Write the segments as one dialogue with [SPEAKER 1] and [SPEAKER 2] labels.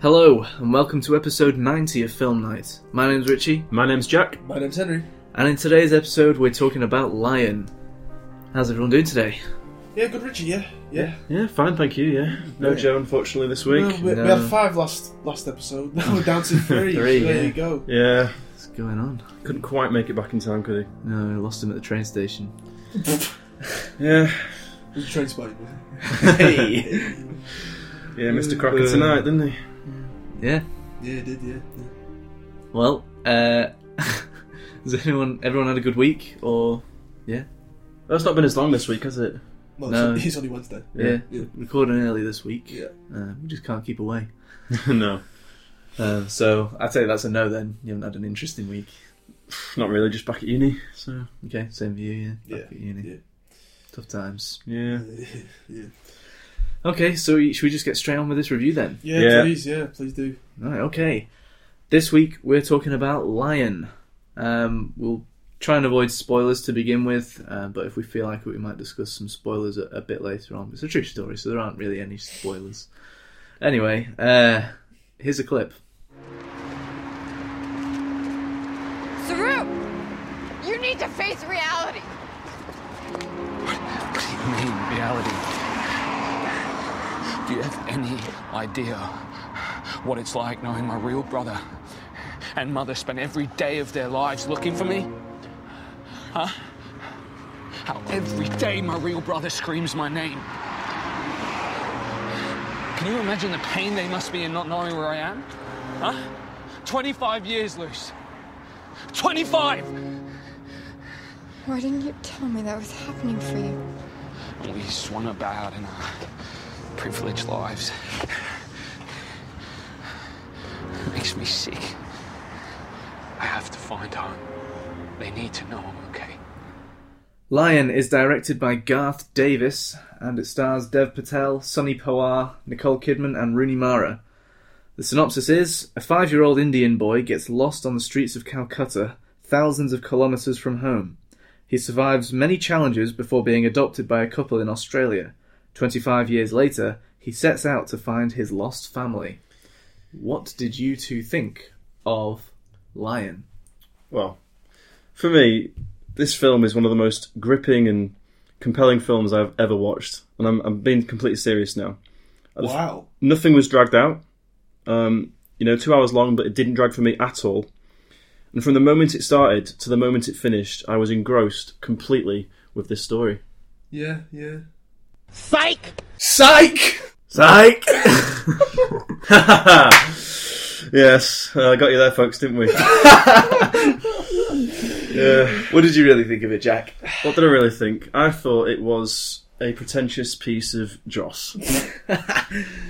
[SPEAKER 1] Hello, and welcome to episode 90 of Film Night. My name's Richie,
[SPEAKER 2] My name's Jack.
[SPEAKER 3] My name's Henry.
[SPEAKER 1] and in today's episode, we're talking about Lion. How's everyone doing today?
[SPEAKER 3] Yeah, good Richie, yeah. Yeah.
[SPEAKER 2] Yeah, fine, thank you. Yeah, no Joe, unfortunately, this week.
[SPEAKER 3] Well, we, we
[SPEAKER 1] No.
[SPEAKER 3] had five last last episode. Now we're down to three.
[SPEAKER 1] Three,
[SPEAKER 3] there
[SPEAKER 1] yeah.
[SPEAKER 3] you go.
[SPEAKER 2] Yeah,
[SPEAKER 1] What's going on?
[SPEAKER 2] couldn't quite make it back in time, could
[SPEAKER 1] No, I lost him at the train station.
[SPEAKER 2] he? Yeah,
[SPEAKER 3] It was train spotting.
[SPEAKER 1] hey!
[SPEAKER 2] yeah, Mr. Crocker tonight, didn't he?
[SPEAKER 1] Yeah,
[SPEAKER 3] Yeah, it did, yeah. yeah.
[SPEAKER 1] well, uh, has anyone, everyone had a good week? Or,
[SPEAKER 2] That's not been as long this week, has it?
[SPEAKER 3] Well,
[SPEAKER 1] No.
[SPEAKER 3] it's, it's only Wednesday.
[SPEAKER 1] yeah,
[SPEAKER 3] Yeah.
[SPEAKER 1] recording early this week.
[SPEAKER 3] Yeah.
[SPEAKER 1] Uh, we just can't keep away.
[SPEAKER 2] no,
[SPEAKER 1] Uh, so, I'd say that's a no then. You haven't had an interesting week.
[SPEAKER 2] not really. Just back at uni. So
[SPEAKER 1] Okay, same for you, yeah.
[SPEAKER 3] Yeah,
[SPEAKER 1] Back at uni.
[SPEAKER 3] yeah.
[SPEAKER 1] Tough times.
[SPEAKER 2] yeah,
[SPEAKER 1] Okay, so should we just get straight on with this review then?
[SPEAKER 3] Yeah,
[SPEAKER 2] Yeah.
[SPEAKER 3] please, yeah, please do.
[SPEAKER 1] Right, okay. This week we're talking about Lion. Um, we'll try and avoid spoilers to begin with, uh, but if we feel like it, we might discuss some spoilers a, a bit later on. It's a true story, so there aren't really any spoilers. Anyway, uh, here's a clip.
[SPEAKER 4] Saru, you need to face reality.
[SPEAKER 5] What do you mean, reality? Do you have any idea what it's like knowing my real brother and mother spent every day of their lives looking for me? Huh? How every day my real brother screams my name. Can you imagine the pain they must be in not knowing where I am? Huh? 25 years, Luce. 25!
[SPEAKER 4] Why didn't you tell me that was happening for you?
[SPEAKER 5] We swung about in our privileged lives. Makes me sick. I have to find home. They need to know I'm okay.
[SPEAKER 1] Lion is directed by Garth Davis and it stars Dev Patel, Sonny Pawar, Nicole Kidman, and Rooney Mara. The synopsis is A five year old Indian boy gets lost on the streets of Calcutta, thousands of kilometres from home. He survives many challenges before being adopted by a couple in Australia. 25 years later, he sets out to find his lost family. What did you two think of Lion?
[SPEAKER 2] Well, for me, this film is one of the most gripping and compelling films I've ever watched, and I'm, I'm being completely serious now.
[SPEAKER 3] Wow.
[SPEAKER 2] nothing was dragged out. Um, you know, two hours long, but it didn't drag for me at all. And from the moment it started to the moment it finished, I was engrossed completely with this story.
[SPEAKER 3] Yeah, yeah.
[SPEAKER 1] Psych! Psych!
[SPEAKER 2] Yes, I got you there, folks, didn't we? yeah.
[SPEAKER 1] what did you really think of it, Jack?
[SPEAKER 2] What did I really think? I thought it was a pretentious piece of Joss.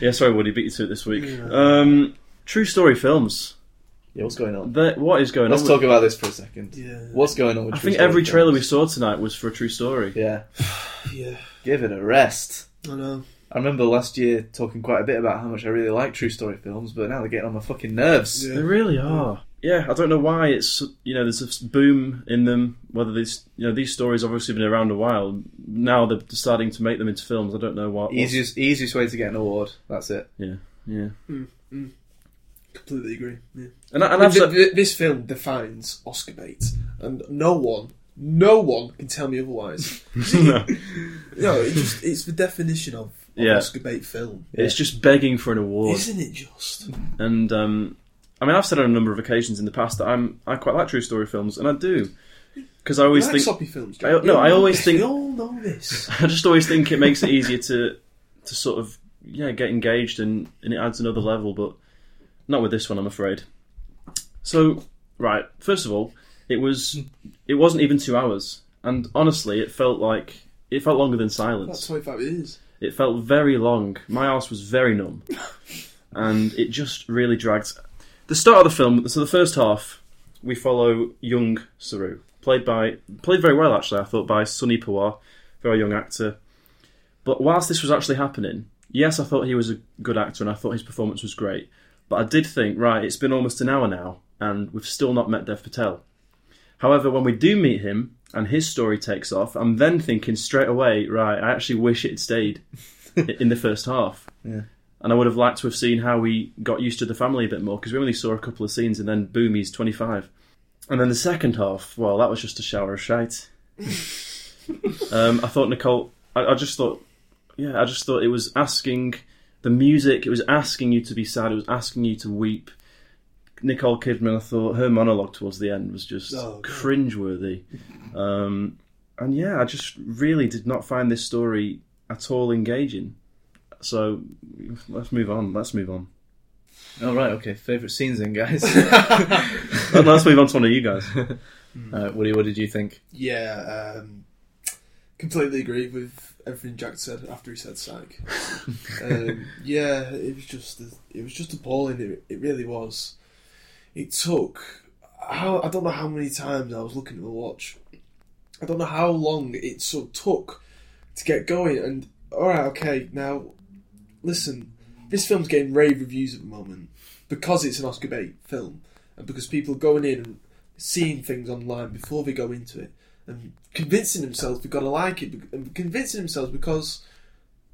[SPEAKER 2] yeah, sorry, Woody, beat you to it this week. Um, true story films.
[SPEAKER 1] Yeah, what's going on?
[SPEAKER 2] That, what is going
[SPEAKER 1] Let's
[SPEAKER 2] on?
[SPEAKER 1] talk about this for a second.
[SPEAKER 3] Yeah.
[SPEAKER 1] What's going on with
[SPEAKER 2] I think every trailer we saw tonight was for a true story.
[SPEAKER 1] Yeah.
[SPEAKER 3] Yeah.
[SPEAKER 1] Give it a rest.
[SPEAKER 3] I know.
[SPEAKER 1] I remember last year talking quite a bit about how much I really like true story films, but now they're getting on my fucking nerves.
[SPEAKER 2] They
[SPEAKER 3] Yeah.
[SPEAKER 2] really are. Yeah, I don't know why it's you know there's this boom in them. Whether these you know these stories obviously been around a while. Now they're deciding to make them into films. I don't know what.
[SPEAKER 1] Easiest easiest way to get an award. That's it.
[SPEAKER 2] Yeah, yeah.
[SPEAKER 3] Completely agree. Yeah.
[SPEAKER 2] And, I, and
[SPEAKER 3] Th-
[SPEAKER 2] I've said,
[SPEAKER 3] th- this film defines Oscar bait, and no one, no one can tell me otherwise.
[SPEAKER 2] No.
[SPEAKER 3] no, it just, it's the definition of, of
[SPEAKER 2] Yeah.
[SPEAKER 3] Oscar bait film.
[SPEAKER 2] it's just begging for an award.
[SPEAKER 3] Isn't it just?
[SPEAKER 2] And um, I mean, I've said on a number of occasions in the past that I'm I quite like true story films, and I do because I always
[SPEAKER 3] like
[SPEAKER 2] think
[SPEAKER 3] soppy films.
[SPEAKER 2] I- no, I always think-
[SPEAKER 3] we all know this.
[SPEAKER 2] I just always think it makes it easier to to sort of yeah get engaged and and it adds another level, but not with this one, I'm afraid. So right, first of all, it was it wasn't even two hours, and honestly, it felt like it felt longer than
[SPEAKER 3] That's
[SPEAKER 2] silence.
[SPEAKER 3] twenty five years.
[SPEAKER 2] It felt very long. My ass was very numb, and it just really dragged. The start of the film, so the first half, we follow young Saru, played by played very well actually. I thought by Sunny Pawar, very young actor. But whilst this was actually happening, yes, I thought he was a good actor and I thought his performance was great. But I did think, right, it's been almost an hour now, and we've still not met Dev Patel. However, when we do meet him and his story takes off, I'm then thinking straight away, right, I actually wish it had stayed i- in the first half.
[SPEAKER 1] Yeah.
[SPEAKER 2] And I would have liked to have seen how he got used to the family a bit more because we only saw a couple of scenes and then boom, he's 25. And then the second half, well, that was just a shower of shite. um, I thought Nicole, I, I just thought, yeah, I just thought it was asking the music, it was asking you to be sad, it was asking you to weep. Nicole Kidman, I thought her monologue towards the end was just
[SPEAKER 3] Oh, God.
[SPEAKER 2] cringeworthy. Um, and yeah, I just really did not find this story at all engaging. So let's move on. Let's move on.
[SPEAKER 1] All Oh, right, okay. Favorite scenes then, guys.
[SPEAKER 2] let's move on to one of you guys.
[SPEAKER 1] uh, Woody, what did you think?
[SPEAKER 3] Yeah, um, completely agree with everything Jack said after he said sack. um, yeah, it was just it was just appalling. It, it really was. It took how I don't know how many times I was looking at the watch. I don't know how long it sort of took to get going. And all right, okay, now listen, this film's getting rave reviews at the moment because it's an Oscar bait film, and because people are going in and seeing things online before they go into it, and convincing themselves they've got to like it, and convincing themselves because,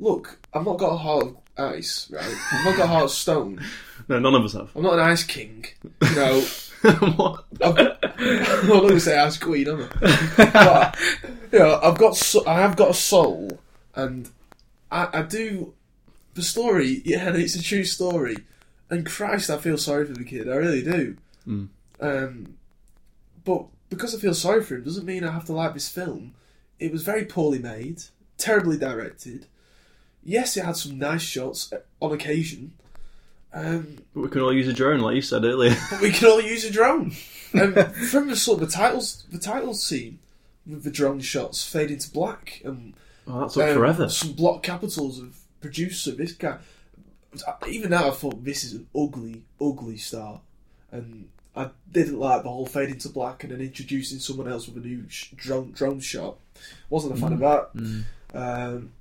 [SPEAKER 3] look, I've not got a heart of ice, right? I've not got a heart of stone.
[SPEAKER 2] No, none of us have.
[SPEAKER 3] I'm not an ice king, you know.
[SPEAKER 2] What?
[SPEAKER 3] I've, I'm not going to say ice queen, am I? But, you know, I've got, so, I have got a soul, and I, I do. The story, yeah, it's a true story, and Christ, I feel sorry for the kid. I really do. Um, but because I feel sorry for him doesn't mean I have to like this film. It was very poorly made, terribly directed. Yes, it had some nice shots uh, on occasion. Um,
[SPEAKER 2] We can all use a drone, like you said earlier.
[SPEAKER 3] we can all use a drone. Um, from the sort of the titles, the title scene with the drone shots fade into black and
[SPEAKER 2] Oh, that's up
[SPEAKER 3] um,
[SPEAKER 2] forever.
[SPEAKER 3] Some block capitals of producer this guy. Even now, I thought this is an ugly, ugly start, and I didn't like the whole fade into black and then introducing someone else with a new sh- drone drone shot. Wasn't a fan
[SPEAKER 2] Mm.
[SPEAKER 3] of that. Um,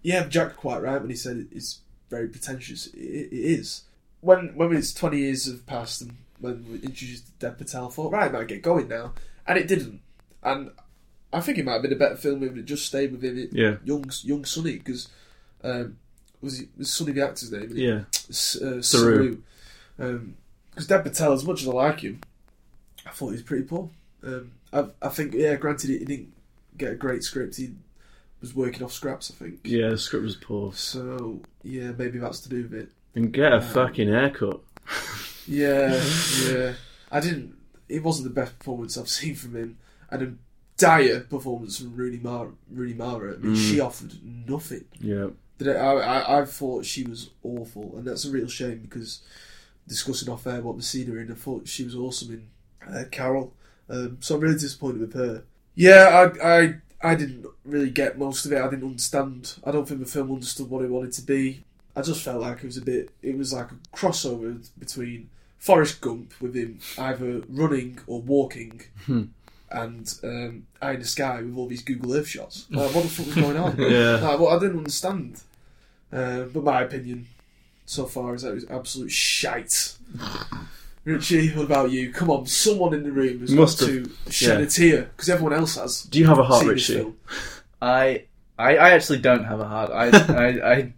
[SPEAKER 3] yeah, Jack quite right when he said it's very pretentious. It, it is. When when it's twenty years have passed and when we introduced Dev Patel, I thought right, I might get going now, and it didn't. And I think it might have been a better film if it just stayed within it
[SPEAKER 2] Yeah,
[SPEAKER 3] young young Sonny because um, was it was Sonny the actor's name?
[SPEAKER 2] yeah.
[SPEAKER 3] S- uh,
[SPEAKER 2] Saru.
[SPEAKER 3] Saru. Because Deb Patel, as much as I like him, I thought he was pretty poor. Um, I, I think yeah, granted he didn't get a great script. He was working off scraps, I think.
[SPEAKER 2] Yeah, the script was poor.
[SPEAKER 3] So yeah, maybe that's to do with it.
[SPEAKER 2] And get
[SPEAKER 3] Uh,
[SPEAKER 2] a fucking haircut.
[SPEAKER 3] Yeah, yeah. I didn't. It wasn't the best performance I've seen from him, and a dire performance from Rooney Mara. Rooney Mara. I mean, she
[SPEAKER 2] Mm.
[SPEAKER 3] offered nothing.
[SPEAKER 2] Yeah.
[SPEAKER 3] that I, I I thought she was awful, and that's a real shame because discussing off air what the scene are in, I thought she was awesome in uh, Carol. Um, so I'm really disappointed with her. Yeah, I I I didn't really get most of it. I didn't understand. I don't think the film understood what it wanted to be. I just felt like it was a bit. It was like a crossover between Forrest Gump with him either running or walking. And um, Eye in the Sky with all these Google Earth shots. Like, what the fuck was going on?
[SPEAKER 2] Yeah.
[SPEAKER 3] Like, well, I didn't understand. Uh, but my opinion so far is that it was absolute shite. Richie, what about you? Come on, someone in the room has
[SPEAKER 2] Must
[SPEAKER 3] got
[SPEAKER 2] have.
[SPEAKER 3] to shed
[SPEAKER 2] Yeah.
[SPEAKER 3] a tear because everyone else has.
[SPEAKER 2] Do you have a heart,
[SPEAKER 3] seen this
[SPEAKER 2] Richie?
[SPEAKER 3] film.
[SPEAKER 1] I, I, I actually don't have a heart. I, I, I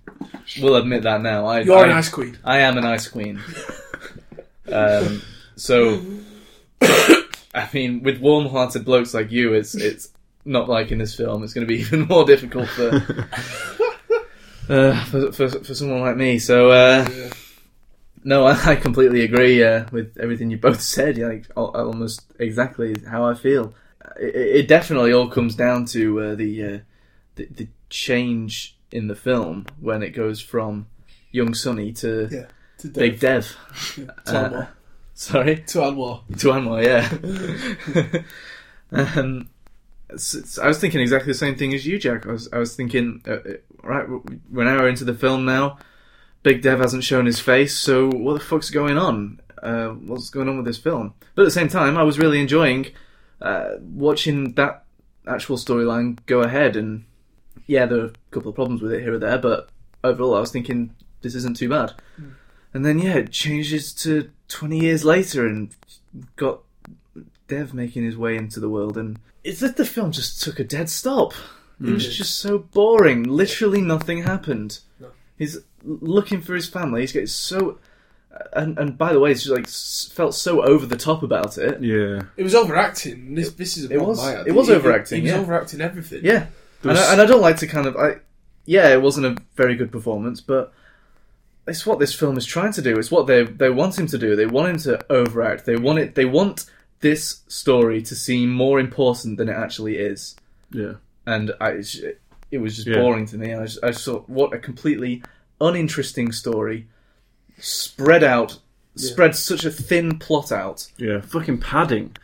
[SPEAKER 1] will admit that now. I,
[SPEAKER 3] You're
[SPEAKER 1] I,
[SPEAKER 3] an ice queen.
[SPEAKER 1] I am an ice queen. um, so, I mean, with warm-hearted blokes like you, it's it's not like in this film. It's going to be even more difficult for uh, for, for for someone like me. So, uh,
[SPEAKER 3] Yeah.
[SPEAKER 1] no, I, I completely agree uh, with everything you both said. Yeah, like al- almost exactly how I feel. It, it definitely all comes down to uh, the, uh, the the change in the film when it goes from young Sonny to
[SPEAKER 3] Yeah. To
[SPEAKER 1] Big
[SPEAKER 3] Dave.
[SPEAKER 1] Dev.
[SPEAKER 3] To
[SPEAKER 2] uh,
[SPEAKER 3] Anwar.
[SPEAKER 1] Sorry,
[SPEAKER 3] To Anwar.
[SPEAKER 1] to Anwar, yeah. um, s- s- I was thinking exactly the same thing as you, Jack. I was, I was thinking, uh, uh, right, w- we're now into the film now. Big Dev hasn't shown his face, so what the fuck's going on? Uh, what's going on with this film? But at the same time, I was really enjoying uh, watching that actual storyline go ahead. And yeah, there are a couple of problems with it here or there, but overall, I was thinking this isn't too bad. And then yeah, it changes to twenty years later, and got Dev making his way into the world, and it's that the film
[SPEAKER 2] Mm.
[SPEAKER 1] just took a dead stop. It was just so boring. Literally nothing happened. He's l- looking for his family. He's getting so. And, and by the way, it's just like s- felt so over the top about it.
[SPEAKER 2] Yeah.
[SPEAKER 3] It was overacting. This, this is a
[SPEAKER 1] it
[SPEAKER 3] Bob
[SPEAKER 1] was-
[SPEAKER 3] Meyer.
[SPEAKER 1] it was
[SPEAKER 3] He- he-
[SPEAKER 1] overacting,
[SPEAKER 3] He was
[SPEAKER 1] yeah.
[SPEAKER 3] overacting everything.
[SPEAKER 1] Yeah,
[SPEAKER 2] There
[SPEAKER 1] and,
[SPEAKER 2] was-
[SPEAKER 1] I, and I don't like to kind of, I yeah, it wasn't a very good performance, but it's what this film is trying to do. It's what they they want him to do. They want him to overact. They want it. They want this story to seem more important than it actually is.
[SPEAKER 2] Yeah.
[SPEAKER 1] And I, it's- it, was just
[SPEAKER 2] Yeah.
[SPEAKER 1] boring to me. I, just- I just thought, what a completely uninteresting story, spread out, spread such a thin plot out.
[SPEAKER 2] Yeah. Fucking padding.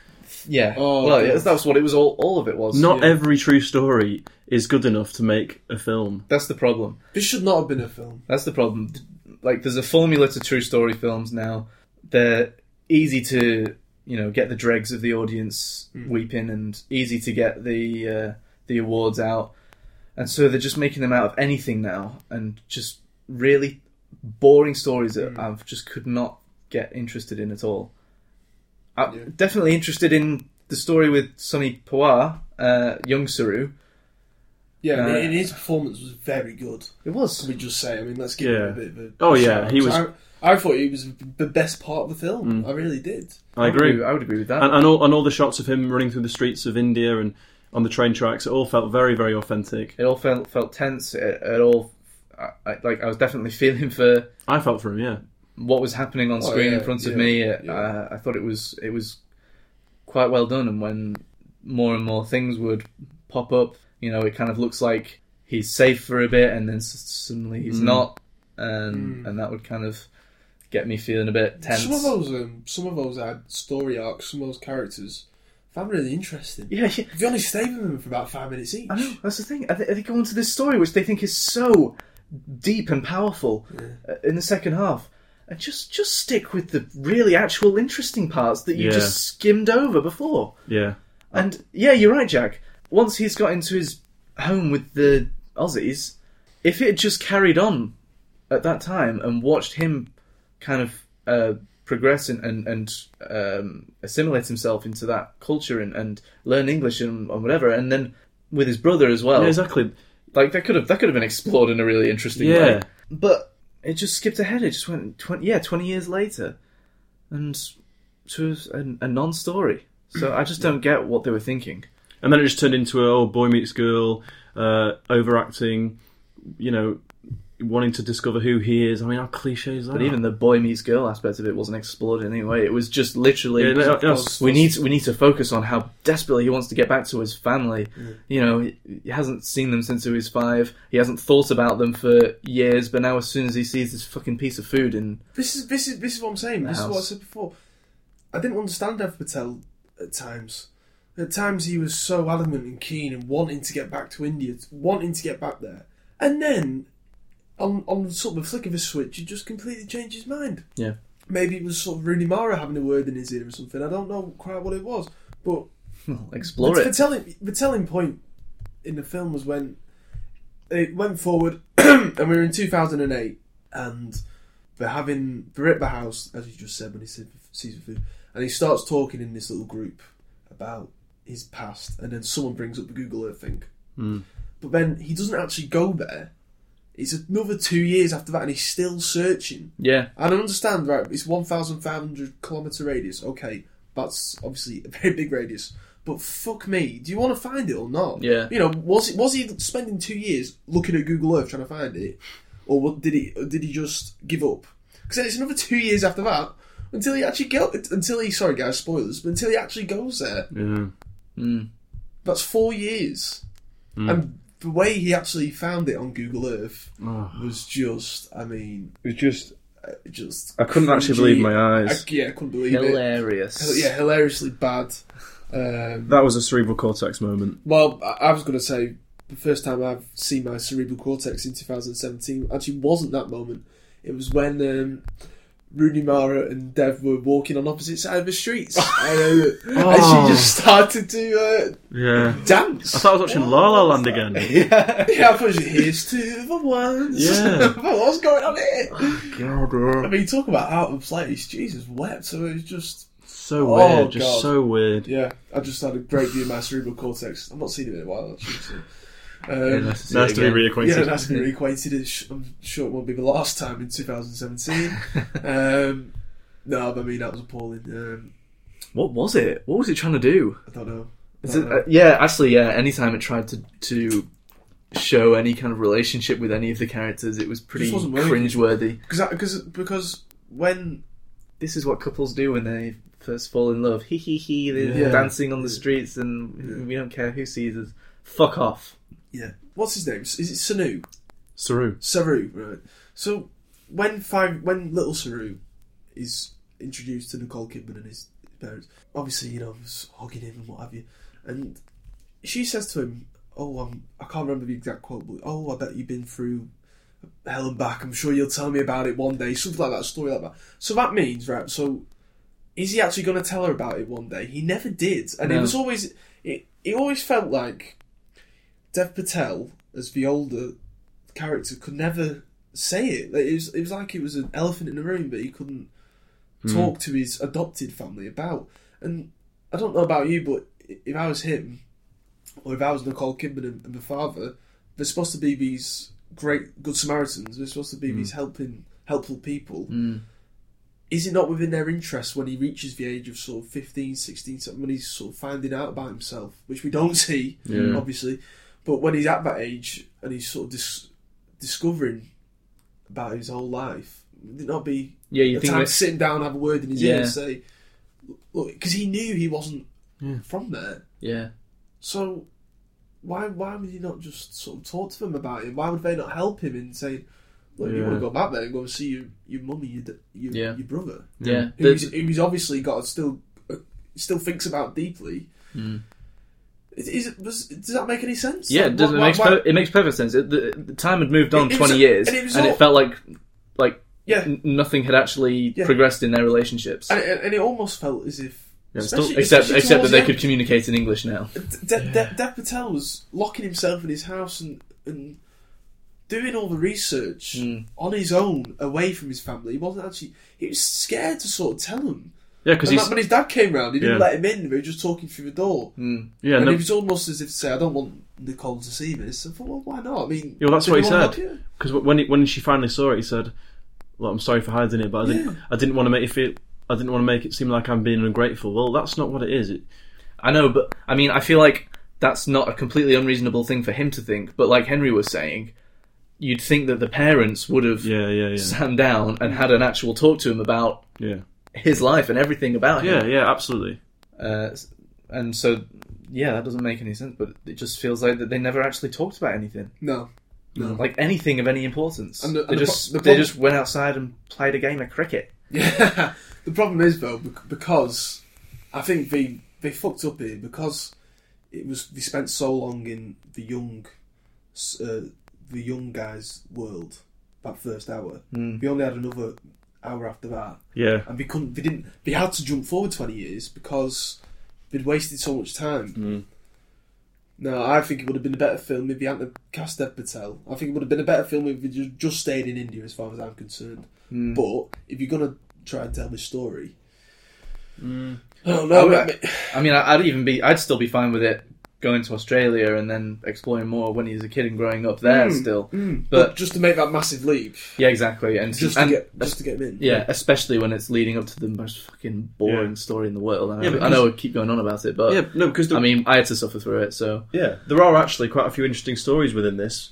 [SPEAKER 1] Yeah,
[SPEAKER 3] Oh,
[SPEAKER 1] well,
[SPEAKER 3] God.
[SPEAKER 1] yeah, that's what it was. All all of it was.
[SPEAKER 2] Not every true story is good enough to make a film.
[SPEAKER 1] that's the problem.
[SPEAKER 3] This should not have been a film.
[SPEAKER 1] That's the problem. Like, there's a formula to true story films now. They're easy to, you know, get the dregs of the audience
[SPEAKER 2] Hmm.
[SPEAKER 1] weeping, and easy to get the uh, the awards out. And so they're just making them out of anything now, and just really boring stories
[SPEAKER 2] Hmm.
[SPEAKER 1] that I've just could not get interested in at all. I'm
[SPEAKER 3] Yeah.
[SPEAKER 1] definitely interested in the story with Sonny Pawar, uh, young Saru.
[SPEAKER 3] Yeah, I mean,
[SPEAKER 1] Uh,
[SPEAKER 3] and his performance was very good.
[SPEAKER 1] It was
[SPEAKER 3] Can we just say? I mean, let's give
[SPEAKER 2] Yeah.
[SPEAKER 3] him a bit of a.
[SPEAKER 2] Oh, yeah,
[SPEAKER 3] shout-out.
[SPEAKER 2] he was- Mm.
[SPEAKER 3] I, I thought he was the best part of the film. I really did.
[SPEAKER 2] I agree.
[SPEAKER 1] I would agree with that.
[SPEAKER 2] And, and all and all the shots of him running through the streets of India and on the train tracks, it all felt very very authentic.
[SPEAKER 1] it all felt felt tense. It, it all I, I, like I was definitely feeling for
[SPEAKER 2] I felt for him. Yeah.
[SPEAKER 1] what was happening on
[SPEAKER 3] Oh,
[SPEAKER 1] screen
[SPEAKER 3] yeah,
[SPEAKER 1] in front of
[SPEAKER 3] yeah,
[SPEAKER 1] me. It-
[SPEAKER 3] yeah.
[SPEAKER 1] Uh, I thought it was it was quite well done. And when more and more things would pop up, you know, it kind of looks like he's safe for a bit, and then s- suddenly he's
[SPEAKER 3] Mm.
[SPEAKER 1] not, and and that would kind of get me feeling a bit tense.
[SPEAKER 3] Some of those, um, some of those had story arcs. Some of those characters, I found really interesting.
[SPEAKER 1] yeah, yeah.
[SPEAKER 3] If you only stayed with them for about five minutes each.
[SPEAKER 1] I know that's the thing. I think they go on to this story, which they think is so deep and powerful uh, in the second half, and just just stick with the really actual interesting parts that you
[SPEAKER 2] Yeah.
[SPEAKER 1] just skimmed over before.
[SPEAKER 2] Yeah.
[SPEAKER 1] And yeah, you're right, Jack. Once he's got into his home with the Aussies, if it had just carried on at that time and watched him kind of uh, progress and and, and um, assimilate himself into that culture and, and learn English and, and whatever, and then with his brother as well,
[SPEAKER 3] Oh.
[SPEAKER 2] Yeah. Exactly.
[SPEAKER 1] like that could have that could have been explored in a really interesting way.
[SPEAKER 2] Yeah.
[SPEAKER 1] But it just skipped ahead. It just went 20, yeah, twenty years later, and to a, a non-story. So I just don't get what they were thinking.
[SPEAKER 2] And then it just turned into a oh, boy meets girl, uh, overacting, you know, wanting to discover who he is. I mean, how cliche is that?
[SPEAKER 1] But even the boy meets girl aspect of it wasn't explored in any way. It was just literally
[SPEAKER 2] Yeah, no, no, that's-
[SPEAKER 1] we need we need to focus on how desperately he wants to get back to his family. You know, he, he hasn't seen them since he was five. He hasn't thought about them for years. But now, as soon as he sees this fucking piece of food and
[SPEAKER 3] This is this is this is what I'm saying. This is what I
[SPEAKER 1] House.
[SPEAKER 3] said before. I didn't understand Dev Patel at times. At times he was so adamant and keen and wanting to get back to India, wanting to get back there, and then on on sort of the flick of a switch, he just completely changed his mind.
[SPEAKER 1] Yeah.
[SPEAKER 3] Maybe it was sort of Rooney Mara having a word in his ear or something. I don't know quite what it was, but
[SPEAKER 1] explore
[SPEAKER 3] the,
[SPEAKER 1] it.
[SPEAKER 3] The telling the telling point in the film was when it went forward, and we were in 2008, and they're having they're at the house as you just said when he said sees the food, and he starts talking in this little group about his past, and then someone brings up the Google Earth thing,
[SPEAKER 1] Hmm.
[SPEAKER 3] but then he doesn't actually go there. It's another two years after that, and he's still searching.
[SPEAKER 1] Yeah,
[SPEAKER 3] I don't understand, right? It's 1,500 kilometre radius. Okay, that's obviously a very big radius. But fuck me, do you want to find it or not?
[SPEAKER 1] Yeah.
[SPEAKER 3] You know, was was he spending two years looking at Google Earth trying to find it, or what, did he or did he just give up? Because then it's another two years after that until he actually go until he sorry guys spoilers, but until he actually goes there,
[SPEAKER 2] Yeah.
[SPEAKER 1] mm.
[SPEAKER 3] that's four years. And the way he actually found it on Google Earth was just, I mean,
[SPEAKER 2] It was just.
[SPEAKER 3] it just
[SPEAKER 2] I couldn't actually believe my eyes.
[SPEAKER 3] I, yeah, I couldn't believe it.
[SPEAKER 1] hilarious.
[SPEAKER 3] Yeah, hilariously bad. Um,
[SPEAKER 2] That was a cerebral cortex moment.
[SPEAKER 3] well, I, I was going to say the first time I've seen my cerebral cortex in 2017 actually wasn't that moment. It was when um, Rooney Mara and Dev were walking on opposite side of the streets, and, uh, and
[SPEAKER 2] Oh.
[SPEAKER 3] she just started to
[SPEAKER 2] Yeah.
[SPEAKER 3] uh, dance.
[SPEAKER 2] I thought I was watching La La Land again.
[SPEAKER 1] Yeah.
[SPEAKER 3] yeah, I thought she here's to the ones.
[SPEAKER 2] Yeah.
[SPEAKER 3] what's going on here? I mean, talk about out of place. Jesus wept. So it was just.
[SPEAKER 2] So
[SPEAKER 3] Oh,
[SPEAKER 2] weird. Just
[SPEAKER 3] God.
[SPEAKER 2] so weird.
[SPEAKER 3] Yeah, I just had a great view of my cerebral cortex. I've not seen it in a while, actually. So. Um,
[SPEAKER 1] nice to,
[SPEAKER 2] Nice to be
[SPEAKER 3] yeah,
[SPEAKER 2] reacquainted.
[SPEAKER 3] nice to be reacquainted. It's- I'm sure it won't be the last time in 2017. um, no, but I mean, that was appalling. Um,
[SPEAKER 1] What was it? What was it trying to do?
[SPEAKER 3] I don't know.
[SPEAKER 1] Is
[SPEAKER 3] I
[SPEAKER 1] it,
[SPEAKER 3] don't
[SPEAKER 1] uh, yeah, actually, yeah. Anytime it tried to to show any kind of relationship with any of the characters, it was pretty
[SPEAKER 3] Just wasn't working.
[SPEAKER 1] cringeworthy.
[SPEAKER 3] Because because because when
[SPEAKER 1] This is what couples do when they first fall in love. Hee hee hee. They're
[SPEAKER 3] Yeah.
[SPEAKER 1] dancing on the streets, and we don't care who sees us. Fuck off.
[SPEAKER 3] yeah, what's his name? Is it Sanu?
[SPEAKER 2] Saru.
[SPEAKER 3] Saru, right? So when five when little Saru is introduced to Nicole Kidman and his parents, obviously you know he's hugging him and what have you, and she says to him, "Oh, I'm, I can't remember the exact quote, but oh, I bet you've been through hell and back. I'm sure you'll tell me about it one day, something like that, a story like that." So that means right. So is he actually going to tell her about it one day? He never did, and it
[SPEAKER 1] No.
[SPEAKER 3] was always it. It always felt like Dev Patel as the older character could never say it. Like, it, was, it was like he was an elephant in the room that he couldn't talk to his adopted family about. And I don't know about you, but i- if I was him, or if I was Nicole Kidman and, and the father, they're supposed to be these great good Samaritans. They're supposed to be these helping, helpful people. Is it not within their interest when he reaches the age of sort of 15, 16, something, when he's sort of finding out about himself, which we don't see,
[SPEAKER 2] Yeah.
[SPEAKER 3] obviously, but when he's at that age and he's sort of dis- discovering about his whole life, would it not be
[SPEAKER 1] Yeah, you
[SPEAKER 3] the
[SPEAKER 1] think
[SPEAKER 3] time to
[SPEAKER 1] this?
[SPEAKER 3] sit him down, have a word in his ear,
[SPEAKER 1] Yeah.
[SPEAKER 3] and say, "Look," because he knew he wasn't from there.
[SPEAKER 1] Yeah,
[SPEAKER 3] So why why would he not just sort of talk to them about it? Why would they not help him in saying, "Look, you want
[SPEAKER 2] Yeah.
[SPEAKER 3] to go back there and go and see your your mum and your d- your,
[SPEAKER 1] Yeah.
[SPEAKER 3] your brother,
[SPEAKER 1] yeah.
[SPEAKER 3] who's, who's obviously got still uh, still thinks about deeply." Is, is it, was, does that make any sense?
[SPEAKER 1] Mm. Yeah,
[SPEAKER 3] Like,
[SPEAKER 1] it, does,
[SPEAKER 3] why-
[SPEAKER 1] it makes
[SPEAKER 3] why-
[SPEAKER 1] per- it makes perfect sense. It, the, the time had moved on
[SPEAKER 3] It- it was
[SPEAKER 1] twenty
[SPEAKER 3] a-
[SPEAKER 1] years, and,
[SPEAKER 3] and it
[SPEAKER 1] it,
[SPEAKER 3] was all-
[SPEAKER 1] felt like like
[SPEAKER 3] Yeah.
[SPEAKER 1] n- nothing had actually
[SPEAKER 3] Yeah.
[SPEAKER 1] progressed in their relationships,
[SPEAKER 3] and, it, and it almost felt as if,
[SPEAKER 2] Yeah, it's
[SPEAKER 3] especially-
[SPEAKER 2] still-
[SPEAKER 1] except
[SPEAKER 3] especially
[SPEAKER 1] except
[SPEAKER 3] towards
[SPEAKER 1] that they
[SPEAKER 3] the
[SPEAKER 1] could communicate in English now.
[SPEAKER 3] De- De- Dev Patel was locking himself in his house and, and doing all the research
[SPEAKER 2] Hmm.
[SPEAKER 1] Mm.
[SPEAKER 3] on his own, away from his family. He wasn't actually. He was scared to sort of tell him.
[SPEAKER 2] Yeah, because
[SPEAKER 3] And
[SPEAKER 2] he's
[SPEAKER 3] that, when his dad came round, he didn't
[SPEAKER 2] Yeah.
[SPEAKER 3] let him in. They were just talking through the door.
[SPEAKER 1] Mm.
[SPEAKER 2] yeah.
[SPEAKER 3] and
[SPEAKER 2] No,
[SPEAKER 3] it was almost as if to say, "I don't want Nicole to see this." I thought, well, why not? I mean,
[SPEAKER 2] Yeah, well, that's
[SPEAKER 3] did
[SPEAKER 2] what he
[SPEAKER 3] you want
[SPEAKER 2] said.
[SPEAKER 3] to help you?
[SPEAKER 2] Because when it, when she finally saw it, he said, "Well, I'm sorry for hiding it, but I didn't.
[SPEAKER 3] Yeah.
[SPEAKER 2] I didn't want to make you feel. I didn't want to make it seem like I'm being ungrateful. Well, that's not what it is. It,
[SPEAKER 1] I know, but I mean, I feel like that's not a completely unreasonable thing for him to think. But like Henry was saying, you'd think that the parents would have
[SPEAKER 2] yeah, yeah, yeah,
[SPEAKER 1] sat down and had an actual talk to him about
[SPEAKER 2] yeah,
[SPEAKER 1] his life and everything about
[SPEAKER 2] yeah,
[SPEAKER 1] him.
[SPEAKER 2] yeah. Absolutely.
[SPEAKER 1] Uh, s- and so, yeah, that doesn't make any sense. But it just feels like that they never actually talked about anything.
[SPEAKER 3] No,
[SPEAKER 1] like anything of any importance.
[SPEAKER 3] And the-
[SPEAKER 1] they
[SPEAKER 3] and the
[SPEAKER 1] just
[SPEAKER 3] pro- the
[SPEAKER 1] they
[SPEAKER 3] pro-
[SPEAKER 1] just went outside and played a game of cricket.
[SPEAKER 3] Yeah. the problem is though bec- because I think they they fucked up here because it was they spent so long in the young s- uh, the young guys world that first hour. Mm. They only had another hour after that,
[SPEAKER 2] Yeah,
[SPEAKER 3] and they couldn't. They didn't. They had to jump forward twenty years because they'd wasted so much time.
[SPEAKER 1] Mm.
[SPEAKER 3] No, I think it would have been a better film if they hadn't have cast Dev Patel. I think it would have been a better film if they ju- just stayed in India, as far as I'm concerned.
[SPEAKER 1] Mm.
[SPEAKER 3] But if you're gonna try and tell this story, I don't
[SPEAKER 1] Mm.
[SPEAKER 3] know. I
[SPEAKER 1] I
[SPEAKER 3] mean,
[SPEAKER 1] would- I mean, I- I'd even be I'd still be fine with it going to Australia and then exploring more when he's a kid and growing up there
[SPEAKER 3] Hmm.
[SPEAKER 1] still.
[SPEAKER 3] but,
[SPEAKER 1] But
[SPEAKER 3] just to make that massive leap,
[SPEAKER 1] yeah, exactly, and
[SPEAKER 3] just
[SPEAKER 1] and-
[SPEAKER 3] to get just to get him in.
[SPEAKER 1] yeah, especially when it's leading up to the most fucking boring
[SPEAKER 2] Yeah.
[SPEAKER 1] story in the world. I know,
[SPEAKER 2] Yeah,
[SPEAKER 1] I
[SPEAKER 2] because-
[SPEAKER 1] know I keep going on about it, but
[SPEAKER 2] yeah. No, because the,
[SPEAKER 1] I mean, I had to suffer through it. So
[SPEAKER 2] yeah, there are actually quite a few interesting stories within this,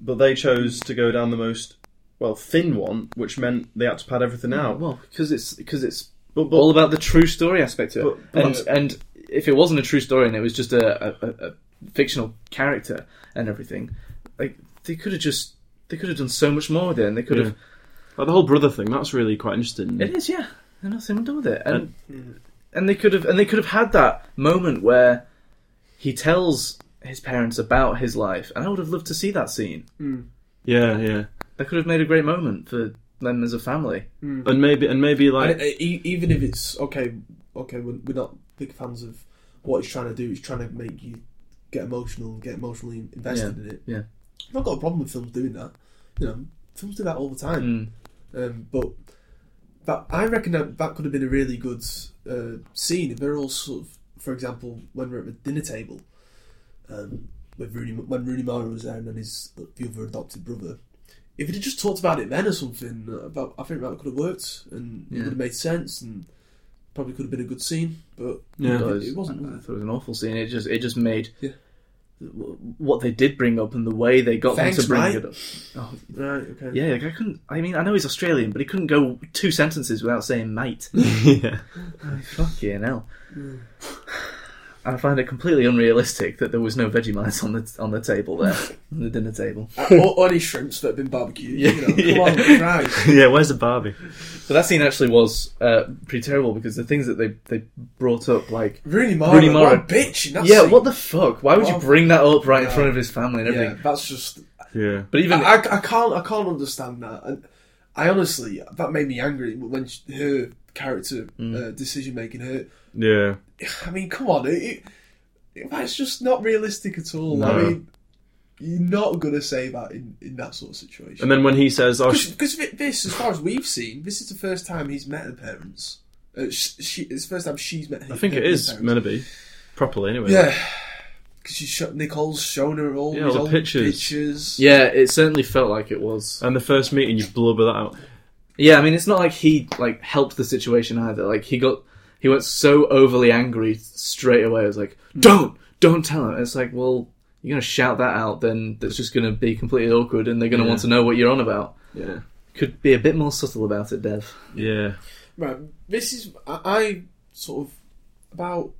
[SPEAKER 2] but they chose to go down the most well thin one, which meant they had to pad everything out.
[SPEAKER 1] well, because it's because it's
[SPEAKER 2] But, but
[SPEAKER 1] all about the true story aspect of it.
[SPEAKER 2] But- but-
[SPEAKER 1] and and if it wasn't a true story and it was just a, a, a- a fictional character and everything, like they could have just they could have done so much more with it. And they could have.
[SPEAKER 2] like, the whole brother thing—that's really quite interesting.
[SPEAKER 1] It is, yeah. There's nothing wrong with it. And
[SPEAKER 3] Hmm.
[SPEAKER 1] and they could have and they could have had that moment where he tells his parents about his life, and I would have loved to see that scene.
[SPEAKER 2] Yeah, yeah.
[SPEAKER 1] That could have made a great moment for them as a family.
[SPEAKER 2] And maybe Mm. and maybe like
[SPEAKER 3] And, uh, e- even if it's okay, okay, we're, we're not big fans of what he's trying to do. He's trying to make you get emotional and get emotionally invested in it.
[SPEAKER 1] Yeah.
[SPEAKER 3] I've not got a problem with films doing that. You know, films do that all the
[SPEAKER 1] Mm. Hmm.
[SPEAKER 3] time. Um, but that I reckon that, that could have been a really good uh, scene if they're all sort of, for example, when we're at the dinner table, um, when Rooney when Rooney Mara was there and then his the other adopted brother. If he'd have just talked about it then or something, uh, about I think that could have worked and it
[SPEAKER 1] Yeah.
[SPEAKER 3] would have made sense and probably could have been a good scene. But
[SPEAKER 1] I
[SPEAKER 3] it,
[SPEAKER 1] thought
[SPEAKER 3] it wasn't.
[SPEAKER 1] I
[SPEAKER 3] Was it?
[SPEAKER 1] thought it was an awful scene. It just it just made
[SPEAKER 3] Yeah.
[SPEAKER 1] w- what they did bring up and the way they got
[SPEAKER 3] Thanks,
[SPEAKER 1] them to bring
[SPEAKER 3] mate.
[SPEAKER 1] it up. Oh,
[SPEAKER 3] Right. Okay.
[SPEAKER 1] yeah, like I couldn't. I mean, I know he's Australian, but he couldn't go two sentences without saying "mate."
[SPEAKER 2] yeah.
[SPEAKER 1] Fucking hell. I find it completely unrealistic that there was no Vegemite on the on the table there, on the dinner table.
[SPEAKER 3] or, or any shrimps that have been barbecued. You know, come on, Christ.
[SPEAKER 2] yeah, where's the Barbie?
[SPEAKER 1] But that scene actually was uh, pretty terrible because the things that they, they brought up, like
[SPEAKER 3] Rooney Mara,
[SPEAKER 1] Rooney Mara.
[SPEAKER 3] what a bitch. In that
[SPEAKER 1] yeah,
[SPEAKER 3] scene.
[SPEAKER 1] what the fuck? Why would you
[SPEAKER 3] Well,
[SPEAKER 1] bring that up right in
[SPEAKER 3] yeah.
[SPEAKER 1] front of his family and everything?
[SPEAKER 3] Yeah, that's just.
[SPEAKER 2] Yeah.
[SPEAKER 1] But even
[SPEAKER 3] I, I, I can't. I can't understand that. And I honestly, that made me angry when she, her character
[SPEAKER 2] Mm.
[SPEAKER 3] uh, decision making her.
[SPEAKER 2] Yeah.
[SPEAKER 3] I mean, come on, it, it, that's just not realistic at all. I
[SPEAKER 2] No.
[SPEAKER 3] mean, you're not gonna say that in, in that sort of situation.
[SPEAKER 2] And then when he says, "Oh, sh-
[SPEAKER 3] Because this, as far as we've seen, this is the first time he's met the parents. Uh, sh she, it's the first time she's met. Him,
[SPEAKER 2] I think it is meant to be properly anyway."
[SPEAKER 3] Yeah, because she's sho- Nicole's shown her all
[SPEAKER 2] Yeah,
[SPEAKER 3] these
[SPEAKER 2] all the
[SPEAKER 3] old
[SPEAKER 2] pictures.
[SPEAKER 3] pictures.
[SPEAKER 1] yeah, it certainly felt like it was.
[SPEAKER 2] And the first meeting, you blubber that out.
[SPEAKER 1] Yeah, I mean, it's not like he like helped the situation either. Like he got he went so overly angry straight away. It was like, don't, don't tell him. It's like, well, you're gonna shout that out, then that's just gonna be completely awkward, and they're gonna
[SPEAKER 2] Yeah.
[SPEAKER 1] want to know what you're on about.
[SPEAKER 2] Yeah.
[SPEAKER 1] Could be a bit more subtle about it, Dev.
[SPEAKER 2] Yeah.
[SPEAKER 3] Right, this is I, I sort of about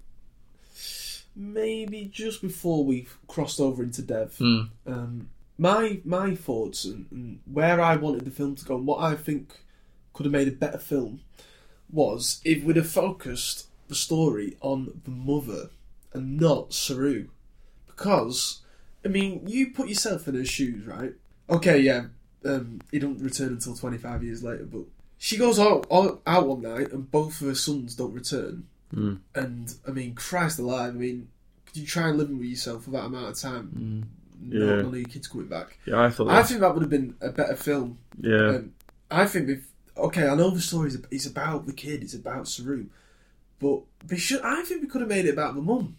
[SPEAKER 3] maybe just before we crossed over into Dev.
[SPEAKER 1] Hmm.
[SPEAKER 3] Um, my my thoughts and, and where I wanted the film to go and what I think could have made a better film was if we'd have focused the story on the mother and not Saru, because I mean you put yourself in her shoes, right? Okay, yeah, um, he don't return until twenty five years later, but she goes out, out out one night and both of her sons don't return.
[SPEAKER 2] Mm.
[SPEAKER 3] And I mean, Christ alive! I mean, could you try and live with yourself for that amount of time?
[SPEAKER 2] Mm.
[SPEAKER 3] No,
[SPEAKER 2] Yeah.
[SPEAKER 3] none of your kids coming back.
[SPEAKER 2] Yeah, I thought.
[SPEAKER 3] I
[SPEAKER 2] That,
[SPEAKER 3] think that would have been a better film.
[SPEAKER 2] yeah.
[SPEAKER 3] Um, I think if okay, I know the story is about the kid, it's about Saru, but they should. I think we could have made it about the mum,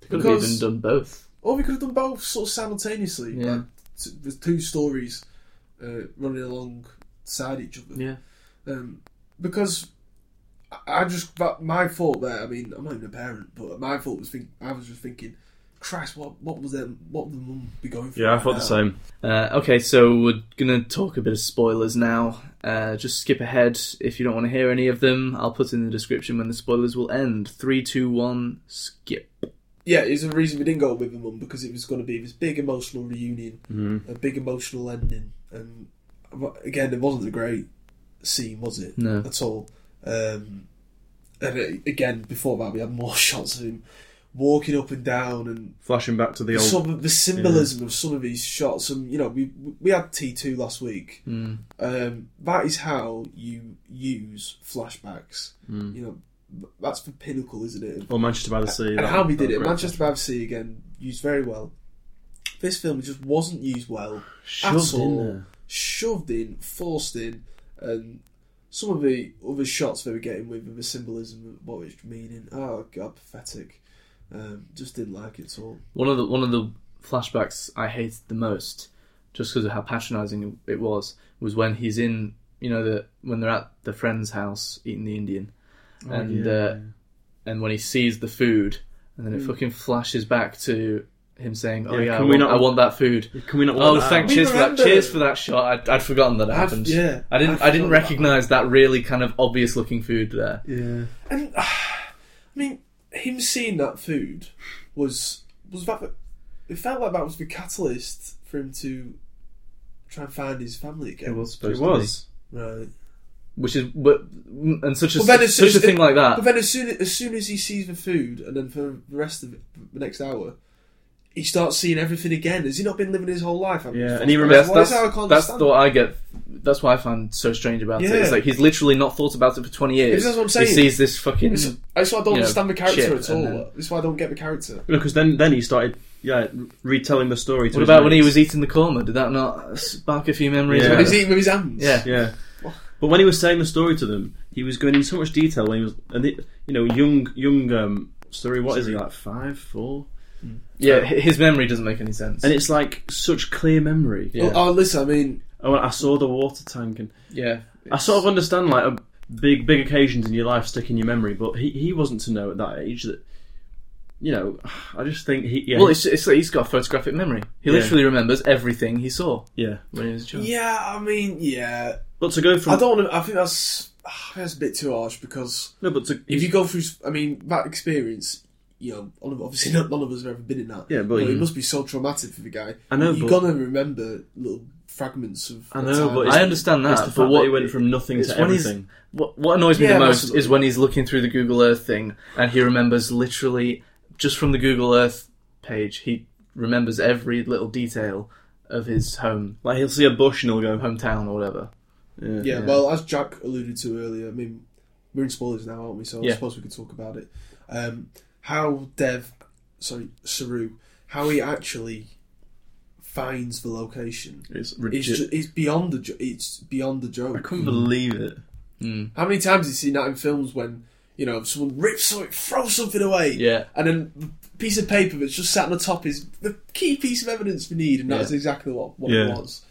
[SPEAKER 1] Could have
[SPEAKER 3] Because-
[SPEAKER 1] even done both.
[SPEAKER 3] or we could have done both sort of simultaneously.
[SPEAKER 1] Yeah.
[SPEAKER 3] like, t- the two stories uh, running alongside each other.
[SPEAKER 1] Yeah.
[SPEAKER 3] um, because I- I just but my thought there. I mean, I'm not even a parent, but my thought was think I was just thinking, Christ, what what was them? What would the mum be going through?
[SPEAKER 2] Yeah, I thought
[SPEAKER 3] now?"
[SPEAKER 2] the same.
[SPEAKER 1] Uh, okay, so we're gonna talk a bit of spoilers now. Uh, just skip ahead if you don't want to hear any of them. I'll put in the description when the spoilers will end. Three, two, one, skip.
[SPEAKER 3] Yeah, it's a reason we didn't go with the mum because it was going to be this big emotional reunion, a big emotional ending, and again, it wasn't a great scene, was it?
[SPEAKER 1] No.
[SPEAKER 3] at all. Um, and it, again, before that, we had more shots of him walking up and down and
[SPEAKER 2] Flashing back to the old.
[SPEAKER 3] some of the symbolism of some of these shots, and you know, we we had T two last week.
[SPEAKER 1] Mm.
[SPEAKER 3] Um, that is how you use flashbacks. You know, that's the pinnacle, isn't it? of-
[SPEAKER 2] Or Manchester by the Sea.
[SPEAKER 3] And
[SPEAKER 2] that
[SPEAKER 3] how
[SPEAKER 2] one-
[SPEAKER 3] we
[SPEAKER 2] that
[SPEAKER 3] did it,
[SPEAKER 2] was
[SPEAKER 3] Manchester by the Sea again used very well. This film just wasn't used well
[SPEAKER 2] Shoved
[SPEAKER 3] at
[SPEAKER 2] in
[SPEAKER 3] all.
[SPEAKER 2] there.
[SPEAKER 3] Shoved in, forced in, and some of the other shots they were getting with the symbolism, what it's meaning. Oh god, pathetic. Um, just didn't like it at all.
[SPEAKER 1] One of the one of the flashbacks I hated the most, just because of how patronising it was, was when he's in you know the when they're at the friend's house eating the Indian, and
[SPEAKER 2] yeah.
[SPEAKER 1] uh, and when he sees the food, and then it fucking flashes back to him saying, "Oh
[SPEAKER 2] Yeah,
[SPEAKER 1] yeah, I,
[SPEAKER 2] can we
[SPEAKER 1] want,
[SPEAKER 2] not-
[SPEAKER 1] I want that food."
[SPEAKER 2] Can we not?
[SPEAKER 1] Oh,
[SPEAKER 2] work that
[SPEAKER 1] thank
[SPEAKER 2] out?
[SPEAKER 1] cheers for that.
[SPEAKER 3] remember.
[SPEAKER 1] Cheers for that shot. I'd, I'd forgotten that
[SPEAKER 3] I've-
[SPEAKER 1] happened.
[SPEAKER 3] yeah,
[SPEAKER 1] I didn't.
[SPEAKER 3] I've
[SPEAKER 1] I, didn't
[SPEAKER 3] forgotten
[SPEAKER 1] recognise that really kind of obvious looking food there.
[SPEAKER 2] Yeah.
[SPEAKER 3] And I mean, him seeing that food was was that. It felt like that was the catalyst for him to try and find his family again.
[SPEAKER 1] It was supposed
[SPEAKER 2] It was.
[SPEAKER 3] right.
[SPEAKER 1] which is but and such a
[SPEAKER 3] But then as soon
[SPEAKER 1] such a
[SPEAKER 3] as-
[SPEAKER 1] thing like
[SPEAKER 3] But
[SPEAKER 1] that.
[SPEAKER 3] then, as soon as soon as he sees the food, and then for the rest of the next hour, he starts seeing everything again. Has he not been living his whole life? I'm
[SPEAKER 2] Yeah,
[SPEAKER 3] just-
[SPEAKER 2] and he
[SPEAKER 3] why
[SPEAKER 2] remembers-
[SPEAKER 1] That's that's,
[SPEAKER 3] is that I can't
[SPEAKER 1] that's
[SPEAKER 3] understand?
[SPEAKER 1] the what I get. That's why I find so strange about it.
[SPEAKER 3] Yeah.
[SPEAKER 1] It's like he's literally not thought about it for twenty years.
[SPEAKER 3] That's what I'm saying.
[SPEAKER 1] He sees this fucking.
[SPEAKER 3] It's- That's why I don't
[SPEAKER 1] you know,
[SPEAKER 3] understand the character
[SPEAKER 1] chip
[SPEAKER 3] at all.
[SPEAKER 1] and then-
[SPEAKER 3] That's why I don't get the character.
[SPEAKER 2] Because then, then he started, yeah, retelling the story. To
[SPEAKER 1] What
[SPEAKER 2] his
[SPEAKER 1] about when he
[SPEAKER 2] mates.
[SPEAKER 1] was eating the korma? Did that not spark a few memories?
[SPEAKER 2] Yeah.
[SPEAKER 3] When
[SPEAKER 1] about
[SPEAKER 3] he's
[SPEAKER 1] it?
[SPEAKER 3] eating with his hands.
[SPEAKER 1] Yeah.
[SPEAKER 2] Yeah. But when he was saying the story to them, he was going in so much detail. When he was, and the, you know, young, young um, Surrey, what is he like? Five, four?
[SPEAKER 1] Yeah, hi- his memory doesn't make any sense.
[SPEAKER 2] And it's like such clear memory.
[SPEAKER 1] yeah,
[SPEAKER 3] Oh, oh, listen, I mean,
[SPEAKER 2] Oh, I saw the water tank, and
[SPEAKER 1] yeah.
[SPEAKER 2] I sort of understand like a big, big occasions in your life stick in your memory, but he, he wasn't to know at that age that, you know, I just think he yeah
[SPEAKER 1] Well, it's, it's like he's got a photographic memory. He
[SPEAKER 2] Yeah.
[SPEAKER 1] literally remembers everything he saw
[SPEAKER 2] yeah.
[SPEAKER 1] when he was a child.
[SPEAKER 3] yeah, I mean, yeah.
[SPEAKER 2] But to go from
[SPEAKER 3] I don't. Wanna, I think that's I think that's a bit too harsh because
[SPEAKER 2] no, but to
[SPEAKER 3] if you go through, I mean, that experience, you know, all of- obviously not, none of us have ever been in that.
[SPEAKER 2] Yeah, but
[SPEAKER 3] You know,
[SPEAKER 2] you-
[SPEAKER 3] it must be so traumatic for the guy.
[SPEAKER 2] I know,
[SPEAKER 3] You're
[SPEAKER 2] but-
[SPEAKER 3] gonna remember little fragments of.
[SPEAKER 2] I
[SPEAKER 3] the
[SPEAKER 2] know,
[SPEAKER 3] time.
[SPEAKER 2] but
[SPEAKER 1] I understand that,
[SPEAKER 2] it's the
[SPEAKER 1] but
[SPEAKER 2] fact that
[SPEAKER 1] what-
[SPEAKER 2] he went from nothing
[SPEAKER 1] it's
[SPEAKER 2] to
[SPEAKER 1] when he's-
[SPEAKER 2] everything.
[SPEAKER 1] What, what annoys me
[SPEAKER 3] Yeah,
[SPEAKER 1] the most
[SPEAKER 3] absolutely.
[SPEAKER 1] is when he's looking through the Google Earth thing and he remembers literally just from the Google Earth page. He remembers every little detail of his home
[SPEAKER 2] Like he'll see a bush and he'll go,
[SPEAKER 1] hometown or whatever.
[SPEAKER 2] yeah,
[SPEAKER 3] yeah, well, as Jack alluded to earlier, I mean, we're in spoilers now, aren't we? So I
[SPEAKER 1] Yeah.
[SPEAKER 3] suppose we could talk about it. Um, how Dev, sorry, Saru, how he actually finds the location.
[SPEAKER 2] it's
[SPEAKER 3] It's,
[SPEAKER 2] ridiculous.
[SPEAKER 3] ju- it's beyond the jo- it's beyond the joke.
[SPEAKER 2] I couldn't believe it.
[SPEAKER 3] How many times have you seen that in films when, you know, someone rips something, throws something away,
[SPEAKER 1] Yeah.
[SPEAKER 3] and then the piece of paper that's just sat on the top is the key piece of evidence we need, and that's exactly what, what it
[SPEAKER 2] Yeah.
[SPEAKER 3] was.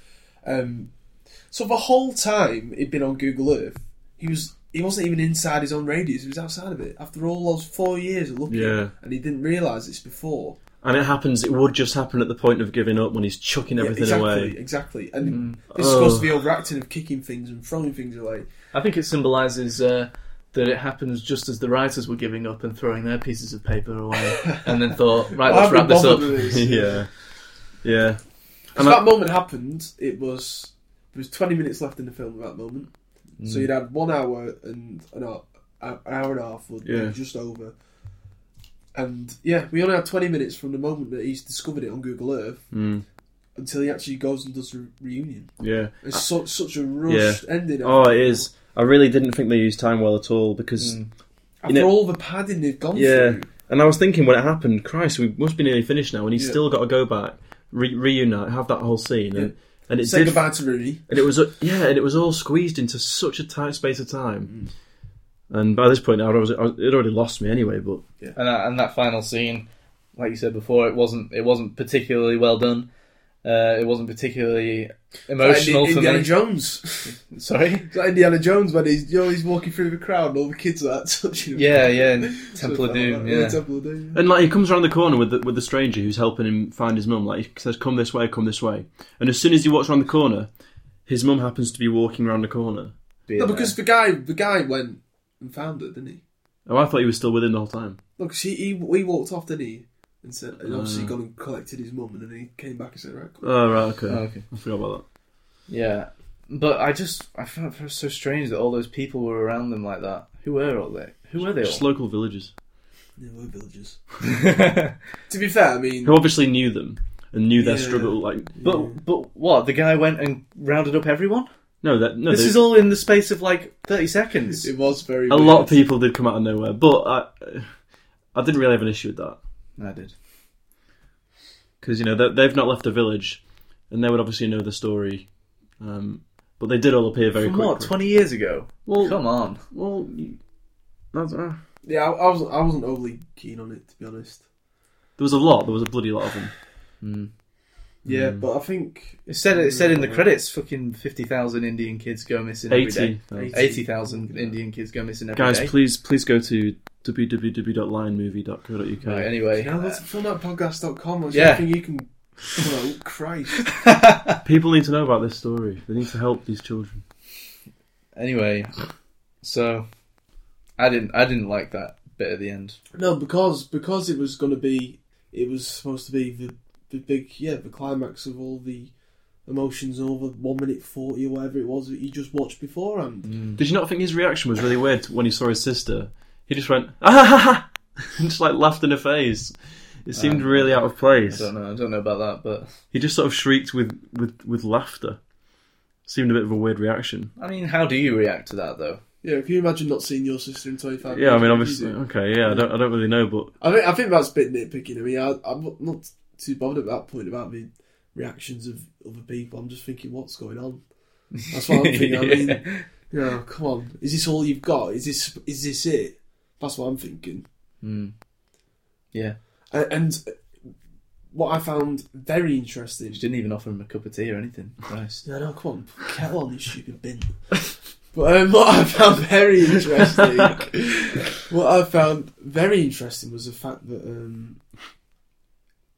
[SPEAKER 3] Um, so the whole time he'd been on Google Earth, he was he wasn't even inside his own radius, he was outside of it. After all those four years of looking,
[SPEAKER 2] Yeah.
[SPEAKER 3] and he didn't realise this before.
[SPEAKER 2] And it happens. It would just happen at the point of giving up when he's chucking everything
[SPEAKER 3] yeah, exactly,
[SPEAKER 2] away.
[SPEAKER 3] exactly. And this
[SPEAKER 2] Oh.
[SPEAKER 3] is supposed to be overacting of kicking things and throwing things away.
[SPEAKER 1] I think it symbolises uh, that it happens just as the writers were giving up and throwing their pieces of paper away, and then thought, right, let's
[SPEAKER 3] Why have we
[SPEAKER 1] wrap this
[SPEAKER 3] bothered
[SPEAKER 1] up.
[SPEAKER 3] with this?
[SPEAKER 2] yeah, yeah.
[SPEAKER 3] If
[SPEAKER 2] And I-
[SPEAKER 3] that moment happened, it was there was twenty minutes left in the film at that moment, so you'd had one hour and an hour, an hour and a half, or
[SPEAKER 2] Yeah.
[SPEAKER 3] just over. And yeah, we only had twenty minutes from the moment that he's discovered it on Google Earth
[SPEAKER 2] Mm,
[SPEAKER 3] until he actually goes and does a re- reunion.
[SPEAKER 2] Ah. yeah.
[SPEAKER 3] It's so, such a rushed ending.
[SPEAKER 2] Oh, it is. I really didn't think they used time well at all because,
[SPEAKER 3] Mm. After
[SPEAKER 2] you know-
[SPEAKER 3] all the padding they've gone
[SPEAKER 2] yeah.
[SPEAKER 3] through,
[SPEAKER 2] And I was thinking when it happened, Christ, we must be nearly finished now, and he's
[SPEAKER 3] Yeah.
[SPEAKER 2] still got to go back, re- reunite, have that whole scene, and, and it
[SPEAKER 3] say
[SPEAKER 2] did.
[SPEAKER 3] goodbye to Rooney.
[SPEAKER 2] And it was uh, yeah, and it was all squeezed into such a tight space of
[SPEAKER 3] Mm.
[SPEAKER 2] time. And by this point, I was, I was it already lost me anyway. But
[SPEAKER 1] and that, and that final scene, like you said before, it wasn't it wasn't particularly well done. Uh, it wasn't particularly emotional
[SPEAKER 3] Like
[SPEAKER 1] for
[SPEAKER 3] Indiana
[SPEAKER 1] me.
[SPEAKER 3] Jones.
[SPEAKER 1] Sorry.
[SPEAKER 3] It's like Indiana Jones when he's you know, he's walking through the crowd and all the kids are like, touching him.
[SPEAKER 1] Yeah, yeah. and
[SPEAKER 3] So
[SPEAKER 1] Temple of
[SPEAKER 3] it's like,
[SPEAKER 1] Doom.
[SPEAKER 3] oh,
[SPEAKER 1] Yeah.
[SPEAKER 3] Temple of Doom. yeah.
[SPEAKER 2] and like he comes around the corner with the, with the stranger who's helping him find his mum. Like he says, "Come this way, come this way." And as soon as he walks around the corner, his mum happens to be walking around the corner.
[SPEAKER 1] Being
[SPEAKER 3] No,
[SPEAKER 1] there.
[SPEAKER 3] because the guy, the guy went and found her, didn't he?
[SPEAKER 2] Oh, I thought he was still with him the whole time.
[SPEAKER 3] Look, she he, he walked off, didn't he? And said, and obviously gone and collected his mum, and then he came back and said, right, cool.
[SPEAKER 2] Oh right, okay,
[SPEAKER 1] Oh, okay.
[SPEAKER 2] I forgot about
[SPEAKER 1] Yeah, but I just I found it so strange that all those people were around them like that. Who were all they? Who were
[SPEAKER 2] that.
[SPEAKER 1] they
[SPEAKER 2] Just
[SPEAKER 1] all?
[SPEAKER 2] local villagers
[SPEAKER 3] Yeah, we're villagers. to be fair, I mean,
[SPEAKER 2] who obviously knew them and knew their
[SPEAKER 3] Yeah.
[SPEAKER 2] struggle. Like
[SPEAKER 1] but but what? The guy went and rounded up everyone.
[SPEAKER 2] no, that no,
[SPEAKER 1] this
[SPEAKER 2] they-
[SPEAKER 1] is all in the space of like thirty seconds.
[SPEAKER 3] it was very
[SPEAKER 2] a
[SPEAKER 3] weird.
[SPEAKER 2] lot of people did come out of nowhere. But I, I didn't really have an issue with that.
[SPEAKER 1] I did.
[SPEAKER 2] because you know they, they've not left the village, and they would obviously know the story. Um, but they did all appear very
[SPEAKER 1] From
[SPEAKER 2] quickly.
[SPEAKER 1] what? Twenty years ago.
[SPEAKER 2] Well-
[SPEAKER 1] come on.
[SPEAKER 2] Well, you- that's, uh,
[SPEAKER 3] Yeah, I, I was I wasn't overly keen on it to be honest.
[SPEAKER 2] there was a lot. There was a bloody lot of them.
[SPEAKER 3] Yeah, but I think
[SPEAKER 1] It said it said in the credits, fucking fifty thousand Indian kids go missing every
[SPEAKER 2] Eighty
[SPEAKER 1] day.
[SPEAKER 2] though.
[SPEAKER 1] Eighty thousand Indian kids go missing every day.
[SPEAKER 2] guys, please please go to www.lionmovie.co.uk.
[SPEAKER 1] Right, anyway,
[SPEAKER 3] now
[SPEAKER 1] uh,
[SPEAKER 3] that's filmnotpodcast.com. I
[SPEAKER 1] Yeah.
[SPEAKER 3] yeah. think you can. Oh Christ!
[SPEAKER 2] People need to know about this story. They need to help these children.
[SPEAKER 1] anyway, so I didn't I didn't like that bit at the end.
[SPEAKER 3] No, because because it was going to be it was supposed to be the the big yeah the climax of all the emotions and all the one minute forty or whatever it was that you just watched beforehand.
[SPEAKER 2] Did you not think his reaction was really weird when he saw his sister? He just went ah ha ha, ha and just like laughed in her face. It seemed really out of
[SPEAKER 1] Uh, I
[SPEAKER 2] place.
[SPEAKER 1] don't know I don't know about that, but
[SPEAKER 2] He just sort of shrieked with with with laughter. Seemed a bit of a weird reaction.
[SPEAKER 1] I mean, how do you react to that though?
[SPEAKER 3] Yeah, can you imagine not seeing your sister in twenty five?
[SPEAKER 2] Yeah, I mean, obviously, okay, yeah, I don't, I don't really know, but
[SPEAKER 3] I think I think that's a bit nitpicking. I mean, I, I'm not too bothered at that point about the reactions of other people. I'm just thinking, what's going on? That's what I'm thinking. I mean, you know, come on, is this all you've got? Is this is this it? That's what I'm thinking.
[SPEAKER 1] Yeah.
[SPEAKER 3] A- Uh, And what I found very interesting.
[SPEAKER 1] She didn't even offer him a cup of tea or anything. Christ.
[SPEAKER 3] No, no, come on, put kettle on this stupid bin. but um, what I found very interesting, what I found very interesting was the fact that um,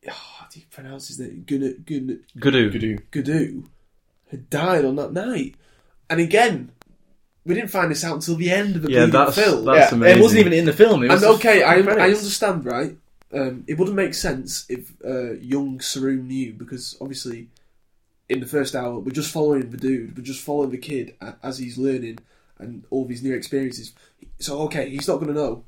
[SPEAKER 3] oh, how do you pronounce his name? Gun- Gun-
[SPEAKER 2] Gadu.
[SPEAKER 3] Gadu had died on that night, and again, we didn't find this out until the end of the
[SPEAKER 2] Yeah,
[SPEAKER 3] bleeding
[SPEAKER 2] that's
[SPEAKER 3] film.
[SPEAKER 2] that's
[SPEAKER 1] yeah,
[SPEAKER 2] amazing.
[SPEAKER 1] It wasn't even in the film. It was
[SPEAKER 3] And
[SPEAKER 1] the
[SPEAKER 3] okay, I,
[SPEAKER 1] fucking
[SPEAKER 3] I
[SPEAKER 1] credits.
[SPEAKER 3] understand, right? Um, it wouldn't make sense if uh, young Saru knew because obviously, in the first hour, we're just following the dude, we're just following the kid a- as he's learning and all these new experiences. So okay, he's not going to know.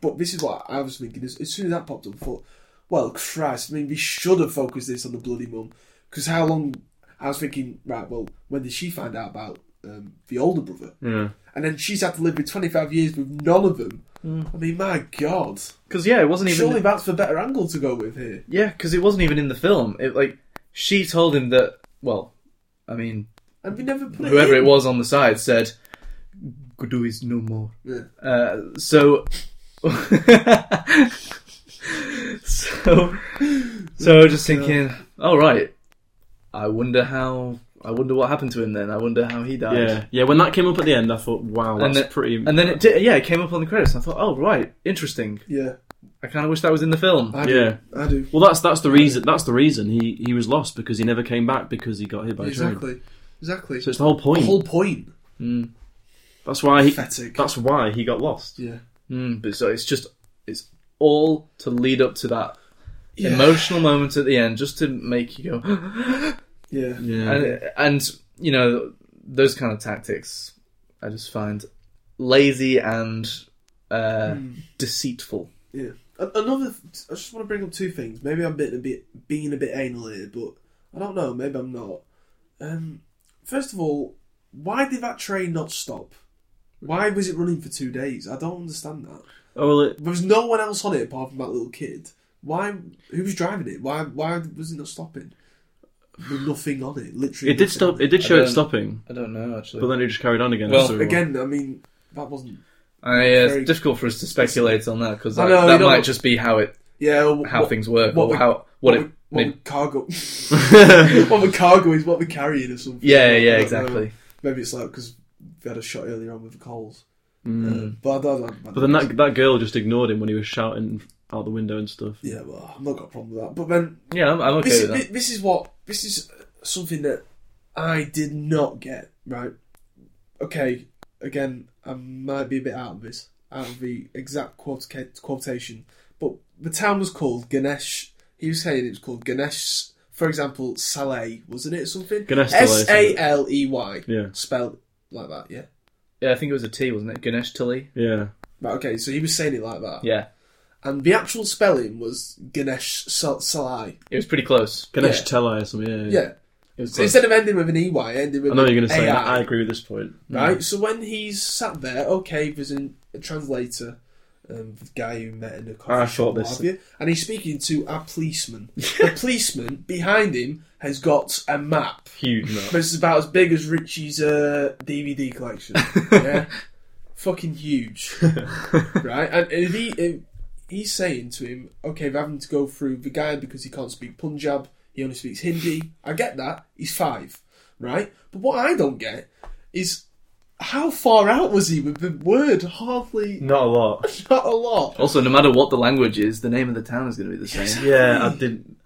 [SPEAKER 3] But this is what I was thinking. As, as soon as that popped up, I thought, well, Christ, I mean, we should have focused this on the bloody mum because how long? I was thinking, right? Well, when did she find out about um, the older brother?
[SPEAKER 2] Yeah.
[SPEAKER 3] and then she's had to live with 25 years with none of them. I mean, my God.
[SPEAKER 1] Because yeah, it wasn't even.
[SPEAKER 3] Surely that's the better angle to go with here.
[SPEAKER 1] Yeah, because it wasn't even in the film. It like she told him that. Well, I mean,
[SPEAKER 3] And we never put
[SPEAKER 1] whoever
[SPEAKER 3] it
[SPEAKER 1] it
[SPEAKER 3] in.
[SPEAKER 1] was on the side said, "Gudu is no more."
[SPEAKER 3] Yeah.
[SPEAKER 1] Uh, so, so, so I was just thinking. All right, I wonder how. I wonder what happened to him then. I wonder how he died.
[SPEAKER 2] Yeah, yeah. When that came up at the end, I thought, wow, that's
[SPEAKER 1] And then,
[SPEAKER 2] pretty.
[SPEAKER 1] and then it did, yeah, it came up on the credits. And I thought, oh right, interesting.
[SPEAKER 3] Yeah,
[SPEAKER 1] I kind of wish that was in the film.
[SPEAKER 3] I do.
[SPEAKER 2] yeah.
[SPEAKER 3] I do.
[SPEAKER 2] Well, that's that's the reason. That's the reason he he was lost because he never came back because he got hit by a train.
[SPEAKER 3] Exactly. Exactly.
[SPEAKER 2] So it's the whole
[SPEAKER 3] the
[SPEAKER 2] point.
[SPEAKER 3] whole point.
[SPEAKER 2] That's why he.
[SPEAKER 3] Pathetic.
[SPEAKER 2] That's why he got lost.
[SPEAKER 3] Yeah.
[SPEAKER 1] Mm, but so it's just it's all to lead up to that
[SPEAKER 3] Yeah.
[SPEAKER 1] emotional moment at the end, just to make you go,
[SPEAKER 3] Yeah.
[SPEAKER 2] Yeah.
[SPEAKER 1] and, and you know those kind of tactics I just find lazy and uh,
[SPEAKER 3] Hmm.
[SPEAKER 1] deceitful.
[SPEAKER 3] Yeah. A- Another. th- I just want to bring up two things. Maybe I'm bit a bit being a bit anal here, but I don't know. Maybe I'm not. Um, first of all, why did that train not stop? Why was it running for two days? I don't understand that.
[SPEAKER 2] oh well, it,
[SPEAKER 3] There was no one else on it apart from that little kid. Why? Who was driving it? Why? Why was it not stopping? With nothing on it, literally.
[SPEAKER 2] it did
[SPEAKER 3] nothing
[SPEAKER 2] stop.
[SPEAKER 3] on
[SPEAKER 2] It did show
[SPEAKER 1] I
[SPEAKER 2] it
[SPEAKER 1] don't-
[SPEAKER 2] stopping,
[SPEAKER 1] I don't know actually.
[SPEAKER 2] but then it just carried on again.
[SPEAKER 1] Well,
[SPEAKER 2] So-
[SPEAKER 3] Again, I mean, that wasn't.
[SPEAKER 1] I, uh,
[SPEAKER 3] very-
[SPEAKER 1] it's difficult for us to speculate on that because
[SPEAKER 3] I
[SPEAKER 1] that,
[SPEAKER 3] know,
[SPEAKER 1] that
[SPEAKER 3] you
[SPEAKER 1] might
[SPEAKER 3] don't-
[SPEAKER 1] just be how it
[SPEAKER 3] Yeah. well,
[SPEAKER 1] how
[SPEAKER 3] what-
[SPEAKER 1] things work
[SPEAKER 3] what
[SPEAKER 1] or
[SPEAKER 3] we-
[SPEAKER 1] how what,
[SPEAKER 3] What,
[SPEAKER 1] it.
[SPEAKER 3] we- what
[SPEAKER 1] may-
[SPEAKER 3] we cargo? what the cargo is, what we're carrying, or something.
[SPEAKER 1] yeah,
[SPEAKER 3] I
[SPEAKER 1] yeah,
[SPEAKER 3] don't
[SPEAKER 1] exactly.
[SPEAKER 3] know. Maybe it's like because we had a shot earlier on with the coals. Uh, but I don't, I don't
[SPEAKER 2] but then that that girl just ignored him when he was shouting out the window and stuff.
[SPEAKER 3] Yeah, well, I've not got a problem with that. But then
[SPEAKER 1] Yeah, I'm, I'm okay
[SPEAKER 3] this,
[SPEAKER 1] with
[SPEAKER 3] is,
[SPEAKER 1] that.
[SPEAKER 3] thi- this is what this is something that I did not get right. Okay, again, I might be a bit out of this, out of the exact quote, quotation, but the town was called Ganesh. He was saying it was called Ganesh. For example, Saleh, wasn't it? Something
[SPEAKER 2] Ganesh Saleh,
[SPEAKER 3] S
[SPEAKER 2] something.
[SPEAKER 3] A L E Y.
[SPEAKER 2] Yeah.
[SPEAKER 3] spelled like that. Yeah.
[SPEAKER 1] Yeah, I think it was a T, wasn't it? Ganesh Tully.
[SPEAKER 2] Yeah,
[SPEAKER 3] Right, okay, so he was saying it like that,
[SPEAKER 1] Yeah,
[SPEAKER 3] and the actual spelling was Ganesh Sal- Saleh.
[SPEAKER 1] it was pretty close.
[SPEAKER 2] Ganesh
[SPEAKER 3] Yeah.
[SPEAKER 2] Tellai or something. Yeah, yeah.
[SPEAKER 3] Yeah.
[SPEAKER 1] It was
[SPEAKER 3] So
[SPEAKER 1] close.
[SPEAKER 3] instead of ending with an EY, it ended with
[SPEAKER 2] I know you're going
[SPEAKER 3] going to
[SPEAKER 2] to say that. I agree with this point.
[SPEAKER 3] right? So when he's sat there, okay, there's an, a translator, um, the guy who met in the coffee
[SPEAKER 2] I
[SPEAKER 3] shop,
[SPEAKER 2] thought
[SPEAKER 3] what
[SPEAKER 2] this-
[SPEAKER 3] have you, and he's speaking to a policeman. the policeman behind him has got a map,
[SPEAKER 2] Huge
[SPEAKER 3] but
[SPEAKER 2] nut.
[SPEAKER 3] it's about as big as Richie's uh, DVD collection. Yeah, fucking huge, right? And if he if he's saying to him, okay, they're having to go through the guy because he can't speak Punjab. He only speaks Hindi. I get that. He's five, right? But what I don't get is how far out was he with the word? Hardly,
[SPEAKER 2] Not a lot.
[SPEAKER 3] not a lot.
[SPEAKER 1] Also, no matter what the language is, the name of the town is going to be the same.
[SPEAKER 2] Yeah, I didn't.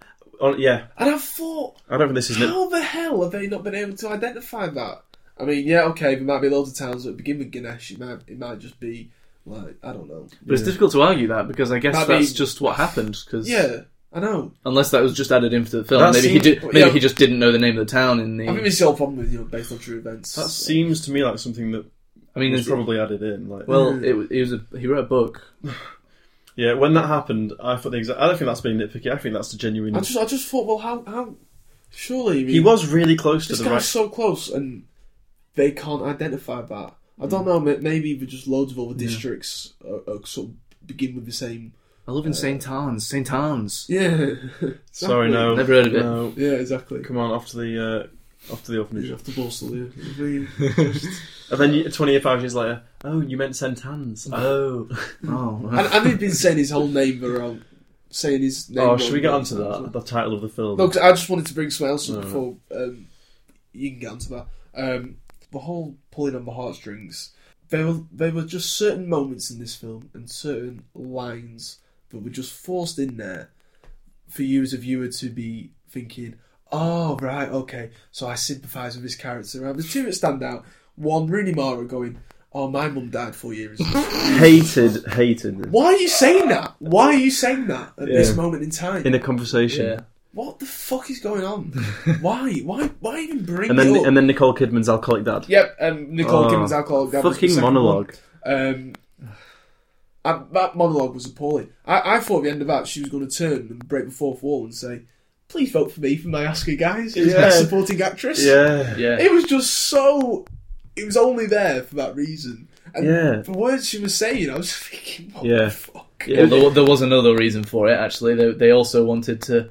[SPEAKER 2] Oh, yeah,
[SPEAKER 3] And I thought,
[SPEAKER 2] I don't think this is. it.
[SPEAKER 3] how the hell have they not been able to identify that? I mean, yeah, okay, there might be loads of towns that begin with Ganesh. It might, it might just be like I don't know.
[SPEAKER 1] But it's difficult to argue that because I guess
[SPEAKER 3] That'd
[SPEAKER 1] that's
[SPEAKER 3] be-
[SPEAKER 1] just what happened. Because
[SPEAKER 3] Yeah, I know.
[SPEAKER 1] unless that was just added into the film,
[SPEAKER 2] That
[SPEAKER 1] maybe he
[SPEAKER 2] seems-
[SPEAKER 1] did. Maybe
[SPEAKER 3] yeah.
[SPEAKER 1] he just didn't know the name of the town in the.
[SPEAKER 3] I think this is all problem with you know based on true events.
[SPEAKER 2] That seems to me like something that
[SPEAKER 1] I mean,
[SPEAKER 2] was
[SPEAKER 1] it's,
[SPEAKER 2] probably added in. Like,
[SPEAKER 1] well, it, was- it was a, he wrote a book.
[SPEAKER 2] yeah, when that happened, I thought the exact. I don't think that's being nitpicky. I think that's the genuine.
[SPEAKER 3] I just, I just thought, well, how, how? Surely I mean,
[SPEAKER 2] he was really close to
[SPEAKER 3] This
[SPEAKER 2] the
[SPEAKER 3] guy's
[SPEAKER 2] right.
[SPEAKER 3] so close, and they can't identify that. I
[SPEAKER 2] Mm.
[SPEAKER 3] don't know. ma- Maybe there's just loads of other districts uh, uh, sort of begin with the same.
[SPEAKER 1] I live in Saint Tarns. Saint Tarns.
[SPEAKER 3] Yeah.
[SPEAKER 2] Sorry, no,
[SPEAKER 1] Never heard of it.
[SPEAKER 2] No,
[SPEAKER 3] Yeah, exactly.
[SPEAKER 2] come on, off to the uh, off to the orphanage.
[SPEAKER 3] You have to bustle, yeah. I mean,
[SPEAKER 2] And then you- 25 years later, oh, you meant Centans. Oh,
[SPEAKER 1] Oh,
[SPEAKER 3] and, and he'd been saying his whole name around saying his name.
[SPEAKER 2] Oh,
[SPEAKER 3] wrong,
[SPEAKER 2] should we get
[SPEAKER 3] but-
[SPEAKER 2] onto that? The title of the film.
[SPEAKER 3] No, 'cause I just wanted to bring something else up
[SPEAKER 2] No, no.
[SPEAKER 3] before um, you can get onto that. Um, the whole pulling on the heartstrings. There were there were just certain moments in this film and certain lines that were just forced in there for you as a viewer to be thinking, "Oh, right, okay." So I sympathise with this character. Right? There's two that stand out. One, Rooney Mara going, "Oh, my mum died four years ago."
[SPEAKER 2] hated, hated
[SPEAKER 3] Why are you saying that? Why are you saying that at this
[SPEAKER 2] Yeah.
[SPEAKER 3] moment in time?
[SPEAKER 2] in a conversation.
[SPEAKER 1] Yeah.
[SPEAKER 3] what the fuck is going on? why? Why? Why even bring
[SPEAKER 2] And
[SPEAKER 3] it
[SPEAKER 2] then,
[SPEAKER 3] up?
[SPEAKER 2] and then Nicole Kidman's alcoholic dad.
[SPEAKER 3] yep, um, Nicole
[SPEAKER 2] Oh,
[SPEAKER 3] Kidman's alcohol. that was the
[SPEAKER 2] Fucking
[SPEAKER 3] second
[SPEAKER 2] monologue.
[SPEAKER 3] one. Um, I, that monologue was appalling. I, I thought at the end of that she was going to turn and break the fourth wall and say, "Please vote for me for my Oscar, guys. It was
[SPEAKER 2] Yeah.
[SPEAKER 3] best supporting actress."
[SPEAKER 2] Yeah.
[SPEAKER 1] Yeah.
[SPEAKER 3] It was just so. It was only there for that reason. And
[SPEAKER 2] Yeah.
[SPEAKER 3] The words she was saying, I was thinking, what
[SPEAKER 2] Yeah.
[SPEAKER 3] the fuck?
[SPEAKER 2] Yeah.
[SPEAKER 1] Well, there, wa- there was another reason for it, actually. They, they also wanted to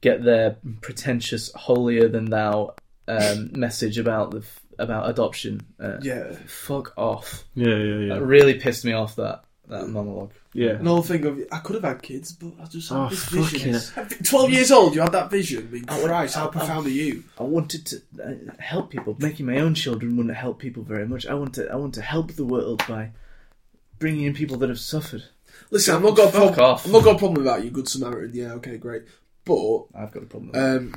[SPEAKER 1] get their pretentious, holier than thou um, message about the f- about adoption. Uh,
[SPEAKER 3] Yeah.
[SPEAKER 1] Fuck off.
[SPEAKER 2] Yeah, yeah,
[SPEAKER 1] That
[SPEAKER 2] yeah.
[SPEAKER 1] really pissed me off, that, that monologue.
[SPEAKER 2] Yeah.
[SPEAKER 3] And the whole thing of I could have had kids, but I just had
[SPEAKER 2] Oh,
[SPEAKER 3] this
[SPEAKER 2] fucking
[SPEAKER 3] vision. Twelve years old, you had that vision. I mean, Christ, how
[SPEAKER 1] oh,
[SPEAKER 3] profound are you?
[SPEAKER 1] I wanted to uh, help people. Making my own children wouldn't help people very much. I want to I want to help the world by bringing in people that have suffered.
[SPEAKER 3] Listen, I'm not got a
[SPEAKER 1] Fuck
[SPEAKER 3] problem.
[SPEAKER 1] off.
[SPEAKER 3] I'm not got a problem with that. You good Samaritan, yeah, okay, great. But
[SPEAKER 1] I've got a problem. With that.
[SPEAKER 3] um,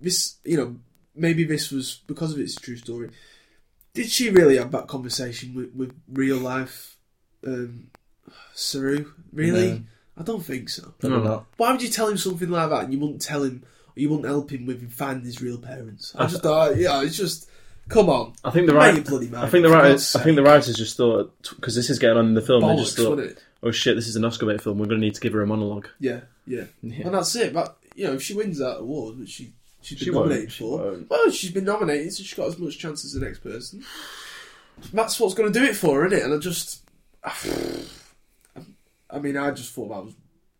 [SPEAKER 3] this, you know, maybe this was because of its true story. Did she really have that conversation with, with real life um, Saru? Really?
[SPEAKER 1] No.
[SPEAKER 3] I don't think so.
[SPEAKER 1] Probably
[SPEAKER 2] no.
[SPEAKER 1] not.
[SPEAKER 3] Why would you tell him something like that and you wouldn't tell him or you wouldn't help him with him finding his real parents? I just thought, yeah, it's just come on.
[SPEAKER 2] I think the
[SPEAKER 3] Make
[SPEAKER 2] right.
[SPEAKER 3] your bloody mind.
[SPEAKER 2] I think the
[SPEAKER 3] For
[SPEAKER 2] writers.
[SPEAKER 3] God's
[SPEAKER 2] I think the writers just thought because this is getting on in the film. they
[SPEAKER 3] bollocks,
[SPEAKER 2] just thought,
[SPEAKER 3] wouldn't it?
[SPEAKER 2] "Oh shit, this is an Oscar-bait film. We're going to need to give her a monologue."
[SPEAKER 3] Yeah, yeah.
[SPEAKER 1] Yeah.
[SPEAKER 3] And that's it. But you know, if she wins that award, which she she's been
[SPEAKER 2] She won't,
[SPEAKER 3] nominated
[SPEAKER 2] she
[SPEAKER 3] for,
[SPEAKER 2] won't.
[SPEAKER 3] well, she's been nominated, so she's got as much chance as the next person. That's what's going to do it for her, isn't it? And I just, I mean, I just thought that was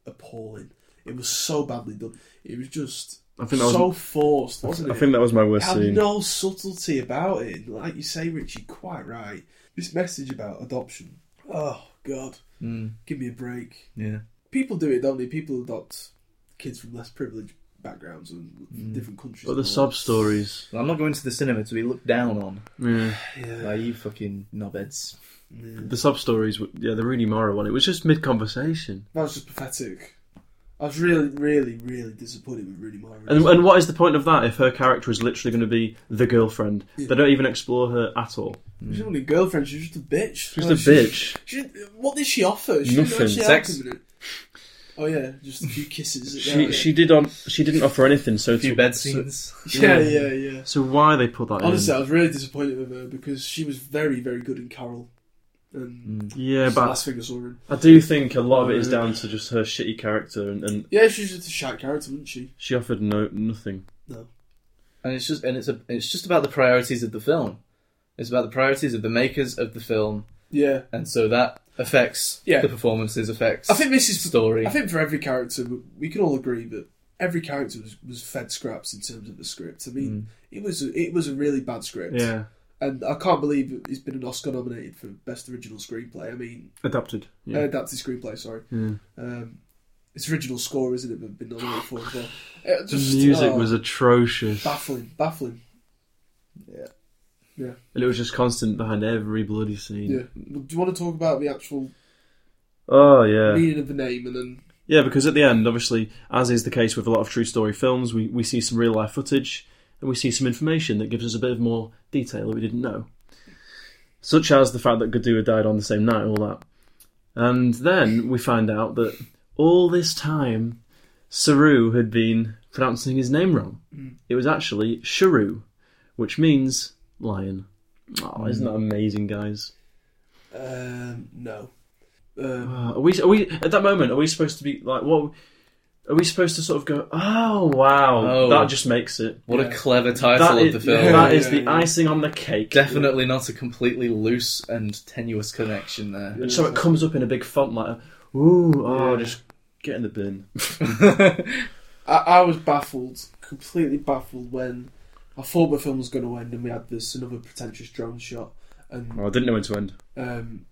[SPEAKER 3] appalling. It was so badly done. It was just
[SPEAKER 2] I think that
[SPEAKER 3] so
[SPEAKER 2] was.
[SPEAKER 3] forced, wasn't
[SPEAKER 2] I
[SPEAKER 3] it?
[SPEAKER 2] think that was my
[SPEAKER 3] It
[SPEAKER 2] worst
[SPEAKER 3] had
[SPEAKER 2] scene.
[SPEAKER 3] no subtlety about it. Like you say, Richie, quite right. This message about adoption. Oh God,
[SPEAKER 1] Mm,
[SPEAKER 3] give me a break
[SPEAKER 1] yeah.
[SPEAKER 3] people do it, don't they? People adopt kids from less privileged backgrounds and different countries.
[SPEAKER 2] but
[SPEAKER 3] and
[SPEAKER 2] the
[SPEAKER 3] all
[SPEAKER 2] sob stories.
[SPEAKER 1] Well, I'm not going to the cinema to be looked down on
[SPEAKER 2] Yeah.
[SPEAKER 3] that. Yeah.
[SPEAKER 1] by you fucking knobheads.
[SPEAKER 3] yeah.
[SPEAKER 2] The sob stories. were- Yeah, the Rooney Mara one. It was just mid-conversation.
[SPEAKER 3] That was just pathetic. I was really, really, really disappointed with Rooney Mara.
[SPEAKER 2] And, and what is the point of that if her character is literally going to be the girlfriend? They don't even explore her at all.
[SPEAKER 3] she's not a girlfriend. She's just a bitch.
[SPEAKER 2] She's
[SPEAKER 3] Like,
[SPEAKER 2] a bitch.
[SPEAKER 3] She, she, what did she offer? She
[SPEAKER 2] Nothing.
[SPEAKER 3] Didn't
[SPEAKER 1] Sex.
[SPEAKER 3] Sex. Oh yeah, just a few kisses.
[SPEAKER 2] She she did on she didn't offer anything. So
[SPEAKER 1] A few
[SPEAKER 2] to-
[SPEAKER 1] bed
[SPEAKER 2] so-
[SPEAKER 1] scenes.
[SPEAKER 3] Yeah, yeah, yeah.
[SPEAKER 2] So, why they put that
[SPEAKER 3] Honestly, I was really disappointed with her because she was very, very good in Carol.
[SPEAKER 2] in?
[SPEAKER 3] And
[SPEAKER 2] Yeah,
[SPEAKER 3] it's the
[SPEAKER 2] but
[SPEAKER 3] last thing I saw her in.
[SPEAKER 2] I do think a lot of it is down to just her shitty character, and, and
[SPEAKER 3] Yeah, she's just a shy character, wasn't she?
[SPEAKER 2] she offered no nothing.
[SPEAKER 1] and it's just and it's a, it's just about the priorities of the film. It's about the priorities of the makers of the film,
[SPEAKER 3] Yeah.
[SPEAKER 1] and so that affects
[SPEAKER 3] Yeah.
[SPEAKER 1] the performances, affects
[SPEAKER 3] I think this is
[SPEAKER 1] story.
[SPEAKER 3] I think for every character, we- we can all agree that every character was, was fed scraps in terms of the script. I mean, it was a, it was a really bad script,
[SPEAKER 2] Mm. Yeah,
[SPEAKER 3] and I can't believe it- it's been an Oscar nominated for best original screenplay. I mean,
[SPEAKER 2] adapted.
[SPEAKER 3] uh,
[SPEAKER 2] Yeah,
[SPEAKER 3] adapted screenplay. Sorry,
[SPEAKER 2] Yeah.
[SPEAKER 3] um, it's original score, isn't it? That been nominated for as well. It
[SPEAKER 2] the
[SPEAKER 3] just,
[SPEAKER 2] music
[SPEAKER 3] oh,
[SPEAKER 2] was atrocious,
[SPEAKER 3] baffling, baffling.
[SPEAKER 2] and it was just constant behind every bloody scene.
[SPEAKER 3] Yeah. Do you want to talk about the actual
[SPEAKER 2] Oh yeah,
[SPEAKER 3] meaning of the name and then?
[SPEAKER 2] yeah. Because at the end, obviously, as is the case with a lot of true story films, we we see some real life footage and we see some information that gives us a bit of more detail that we didn't know, such as the fact that Gadua died on the same night, and all that. And then we find out that all this time, Saru had been pronouncing his name wrong. It was actually Sharu, which means lion. Oh, isn't that amazing, guys?
[SPEAKER 3] Um, no. Um,
[SPEAKER 2] Uh, are we? Are we at that moment? Are we supposed to be like what? Are we supposed to sort of go? Oh wow,
[SPEAKER 1] Oh.
[SPEAKER 2] that just makes it.
[SPEAKER 1] what
[SPEAKER 3] Yeah.
[SPEAKER 1] a clever title
[SPEAKER 2] That
[SPEAKER 1] of
[SPEAKER 2] is,
[SPEAKER 1] the film.
[SPEAKER 2] that is
[SPEAKER 3] Yeah,
[SPEAKER 2] the
[SPEAKER 3] yeah.
[SPEAKER 2] icing on the cake.
[SPEAKER 1] Definitely not a completely loose and tenuous connection there.
[SPEAKER 2] So it comes up in a big font like, ooh, oh,
[SPEAKER 3] Yeah.
[SPEAKER 2] just get in the bin.
[SPEAKER 3] I, I was baffled, completely baffled when I thought the film was going to end and we had this another pretentious drone shot and
[SPEAKER 2] Oh, I didn't know when to end.
[SPEAKER 3] um,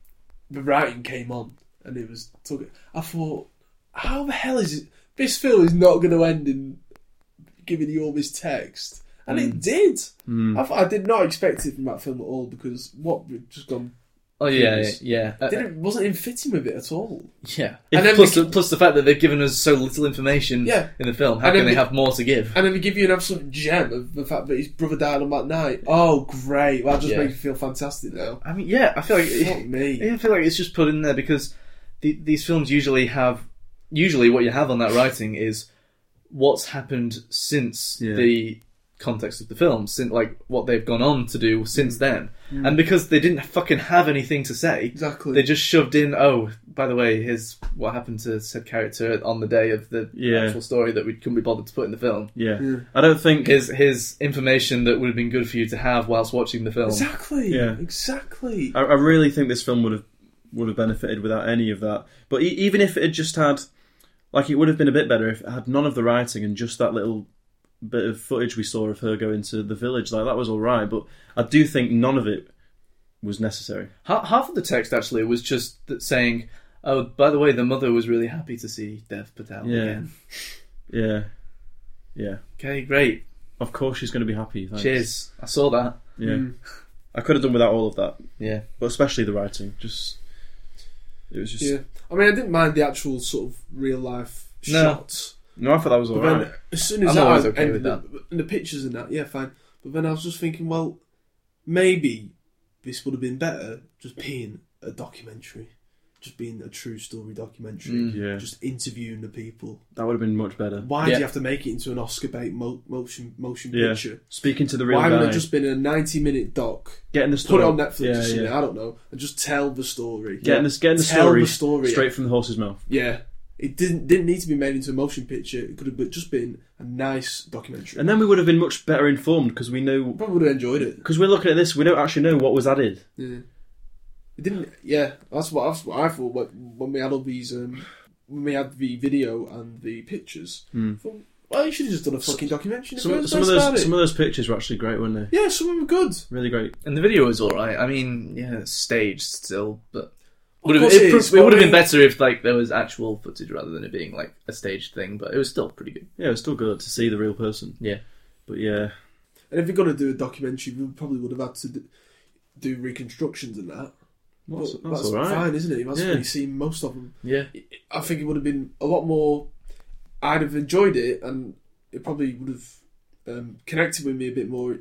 [SPEAKER 3] the writing came on and it was took. I thought how the hell is it? This film is not going to end in giving you all this text, and it did. I, thought- I did not expect it from that film at all because what we've just gone
[SPEAKER 1] Oh yeah, yeah,
[SPEAKER 3] Yes.
[SPEAKER 1] yeah. Uh,
[SPEAKER 3] didn't wasn't in fitting with it at all.
[SPEAKER 1] yeah.
[SPEAKER 3] And then
[SPEAKER 1] plus,
[SPEAKER 3] the-
[SPEAKER 1] the, plus the fact that they've given us so little information
[SPEAKER 3] Yeah.
[SPEAKER 1] in the film, how
[SPEAKER 3] And
[SPEAKER 1] can
[SPEAKER 3] then
[SPEAKER 1] they
[SPEAKER 3] the-
[SPEAKER 1] have more to give?
[SPEAKER 3] And then they give you an absolute gem of the fact that his brother died on that night. Oh, great! Well, that just
[SPEAKER 1] Yeah.
[SPEAKER 3] makes me feel fantastic now.
[SPEAKER 1] I mean, yeah, I feel like
[SPEAKER 3] Fuck me.
[SPEAKER 1] Yeah, I feel like it's just put in there because the, these films usually have usually what you have on that writing is what's happened since
[SPEAKER 2] Yeah.
[SPEAKER 1] the context of the film, since like what they've gone on to do since then. And because they didn't fucking have anything to say,
[SPEAKER 3] Exactly.
[SPEAKER 1] they just shoved in. Oh, by the way, here's what happened to said character on the day of the
[SPEAKER 2] Yeah.
[SPEAKER 1] actual story that we couldn't be bothered to put in the film.
[SPEAKER 2] Yeah. I don't think.
[SPEAKER 1] Here's here's information that would have been good for you to have whilst watching the film.
[SPEAKER 3] Exactly.
[SPEAKER 2] Yeah.
[SPEAKER 3] Exactly.
[SPEAKER 2] I, I really think this film would have would have benefited without any of that. But e- even if it had just had, like, it would have been a bit better if it had none of the writing and just that little bit of footage we saw of her going to the village. Like that was all right, but I do think none of it was necessary.
[SPEAKER 1] Ha- Half of the text actually was just that saying, "Oh, by the way, the mother was really happy to see Dev Patel
[SPEAKER 2] Yeah.
[SPEAKER 1] again."
[SPEAKER 2] Yeah, yeah.
[SPEAKER 1] Okay, great.
[SPEAKER 2] Of course, she's going to be happy. Thanks.
[SPEAKER 1] Cheers. I saw that.
[SPEAKER 2] Yeah, I could have done without all of that,
[SPEAKER 1] Yeah.
[SPEAKER 2] but especially the writing. Just it was just.
[SPEAKER 3] Yeah. I mean, I didn't mind the actual sort of real life
[SPEAKER 1] No.
[SPEAKER 3] shots.
[SPEAKER 2] No, I thought that was all
[SPEAKER 3] But
[SPEAKER 2] right.
[SPEAKER 3] then, as soon as
[SPEAKER 1] I'm
[SPEAKER 3] that
[SPEAKER 1] always okay
[SPEAKER 3] and
[SPEAKER 1] with
[SPEAKER 3] the, and the pictures and that, yeah, fine. But then I was just thinking, well, maybe this would have been better just being a documentary, just being a true story documentary,
[SPEAKER 2] Yeah.
[SPEAKER 3] just interviewing the people.
[SPEAKER 2] That would have been much better.
[SPEAKER 3] Why
[SPEAKER 1] Yeah.
[SPEAKER 3] do you have to make it into an Oscar bait mo- motion motion
[SPEAKER 2] Yeah.
[SPEAKER 3] picture?
[SPEAKER 2] Speaking to the real
[SPEAKER 3] Why
[SPEAKER 2] guy,
[SPEAKER 3] haven't it just been a ninety minute doc?
[SPEAKER 2] getting the
[SPEAKER 3] Put
[SPEAKER 2] story
[SPEAKER 3] it on Netflix
[SPEAKER 2] Yeah,
[SPEAKER 3] or something.
[SPEAKER 2] yeah.
[SPEAKER 3] I don't know, and just tell the story.
[SPEAKER 2] Getting the getting the
[SPEAKER 3] Tell
[SPEAKER 2] story,
[SPEAKER 3] the story.
[SPEAKER 2] straight from the horse's mouth.
[SPEAKER 3] Yeah. It didn't didn't need to be made into a motion picture. It could have been, just been a nice documentary.
[SPEAKER 2] And then we would have been much better informed because we know
[SPEAKER 3] probably would have enjoyed it.
[SPEAKER 2] because we're looking at this, we don't actually know what was added.
[SPEAKER 3] Yeah. It didn't. Yeah, that's what, that's what I thought when, when we had all these um, when we had the video and the pictures. I thought, well, you should have just done a fucking documentary. in the
[SPEAKER 2] Hmm. Some,
[SPEAKER 3] first
[SPEAKER 2] some of
[SPEAKER 3] place about
[SPEAKER 2] those
[SPEAKER 3] it.
[SPEAKER 2] some of those pictures were actually great, weren't they?
[SPEAKER 3] yeah, some of them were good.
[SPEAKER 2] Really great.
[SPEAKER 1] And the video was all right. I mean, yeah, it's staged still, but would
[SPEAKER 3] Of
[SPEAKER 1] have,
[SPEAKER 3] course
[SPEAKER 1] it,
[SPEAKER 3] it
[SPEAKER 1] pro-
[SPEAKER 3] is,
[SPEAKER 1] it would
[SPEAKER 3] but
[SPEAKER 1] have been
[SPEAKER 3] we-
[SPEAKER 1] better if like there was actual footage rather than it being like a staged thing. But it was still pretty good.
[SPEAKER 2] Yeah, it's still good to see the real person.
[SPEAKER 1] Yeah.
[SPEAKER 2] But yeah,
[SPEAKER 3] And if you're gonna do a documentary, we probably would have had to do, do reconstructions and that.
[SPEAKER 2] well, that's,
[SPEAKER 3] But
[SPEAKER 2] that's all right.
[SPEAKER 3] fine, isn't it? That's
[SPEAKER 2] Yeah.
[SPEAKER 3] when you see most of them.
[SPEAKER 1] Yeah.
[SPEAKER 3] I think it would have been a lot more. I'd have enjoyed it, and it probably would have um, connected with me a bit more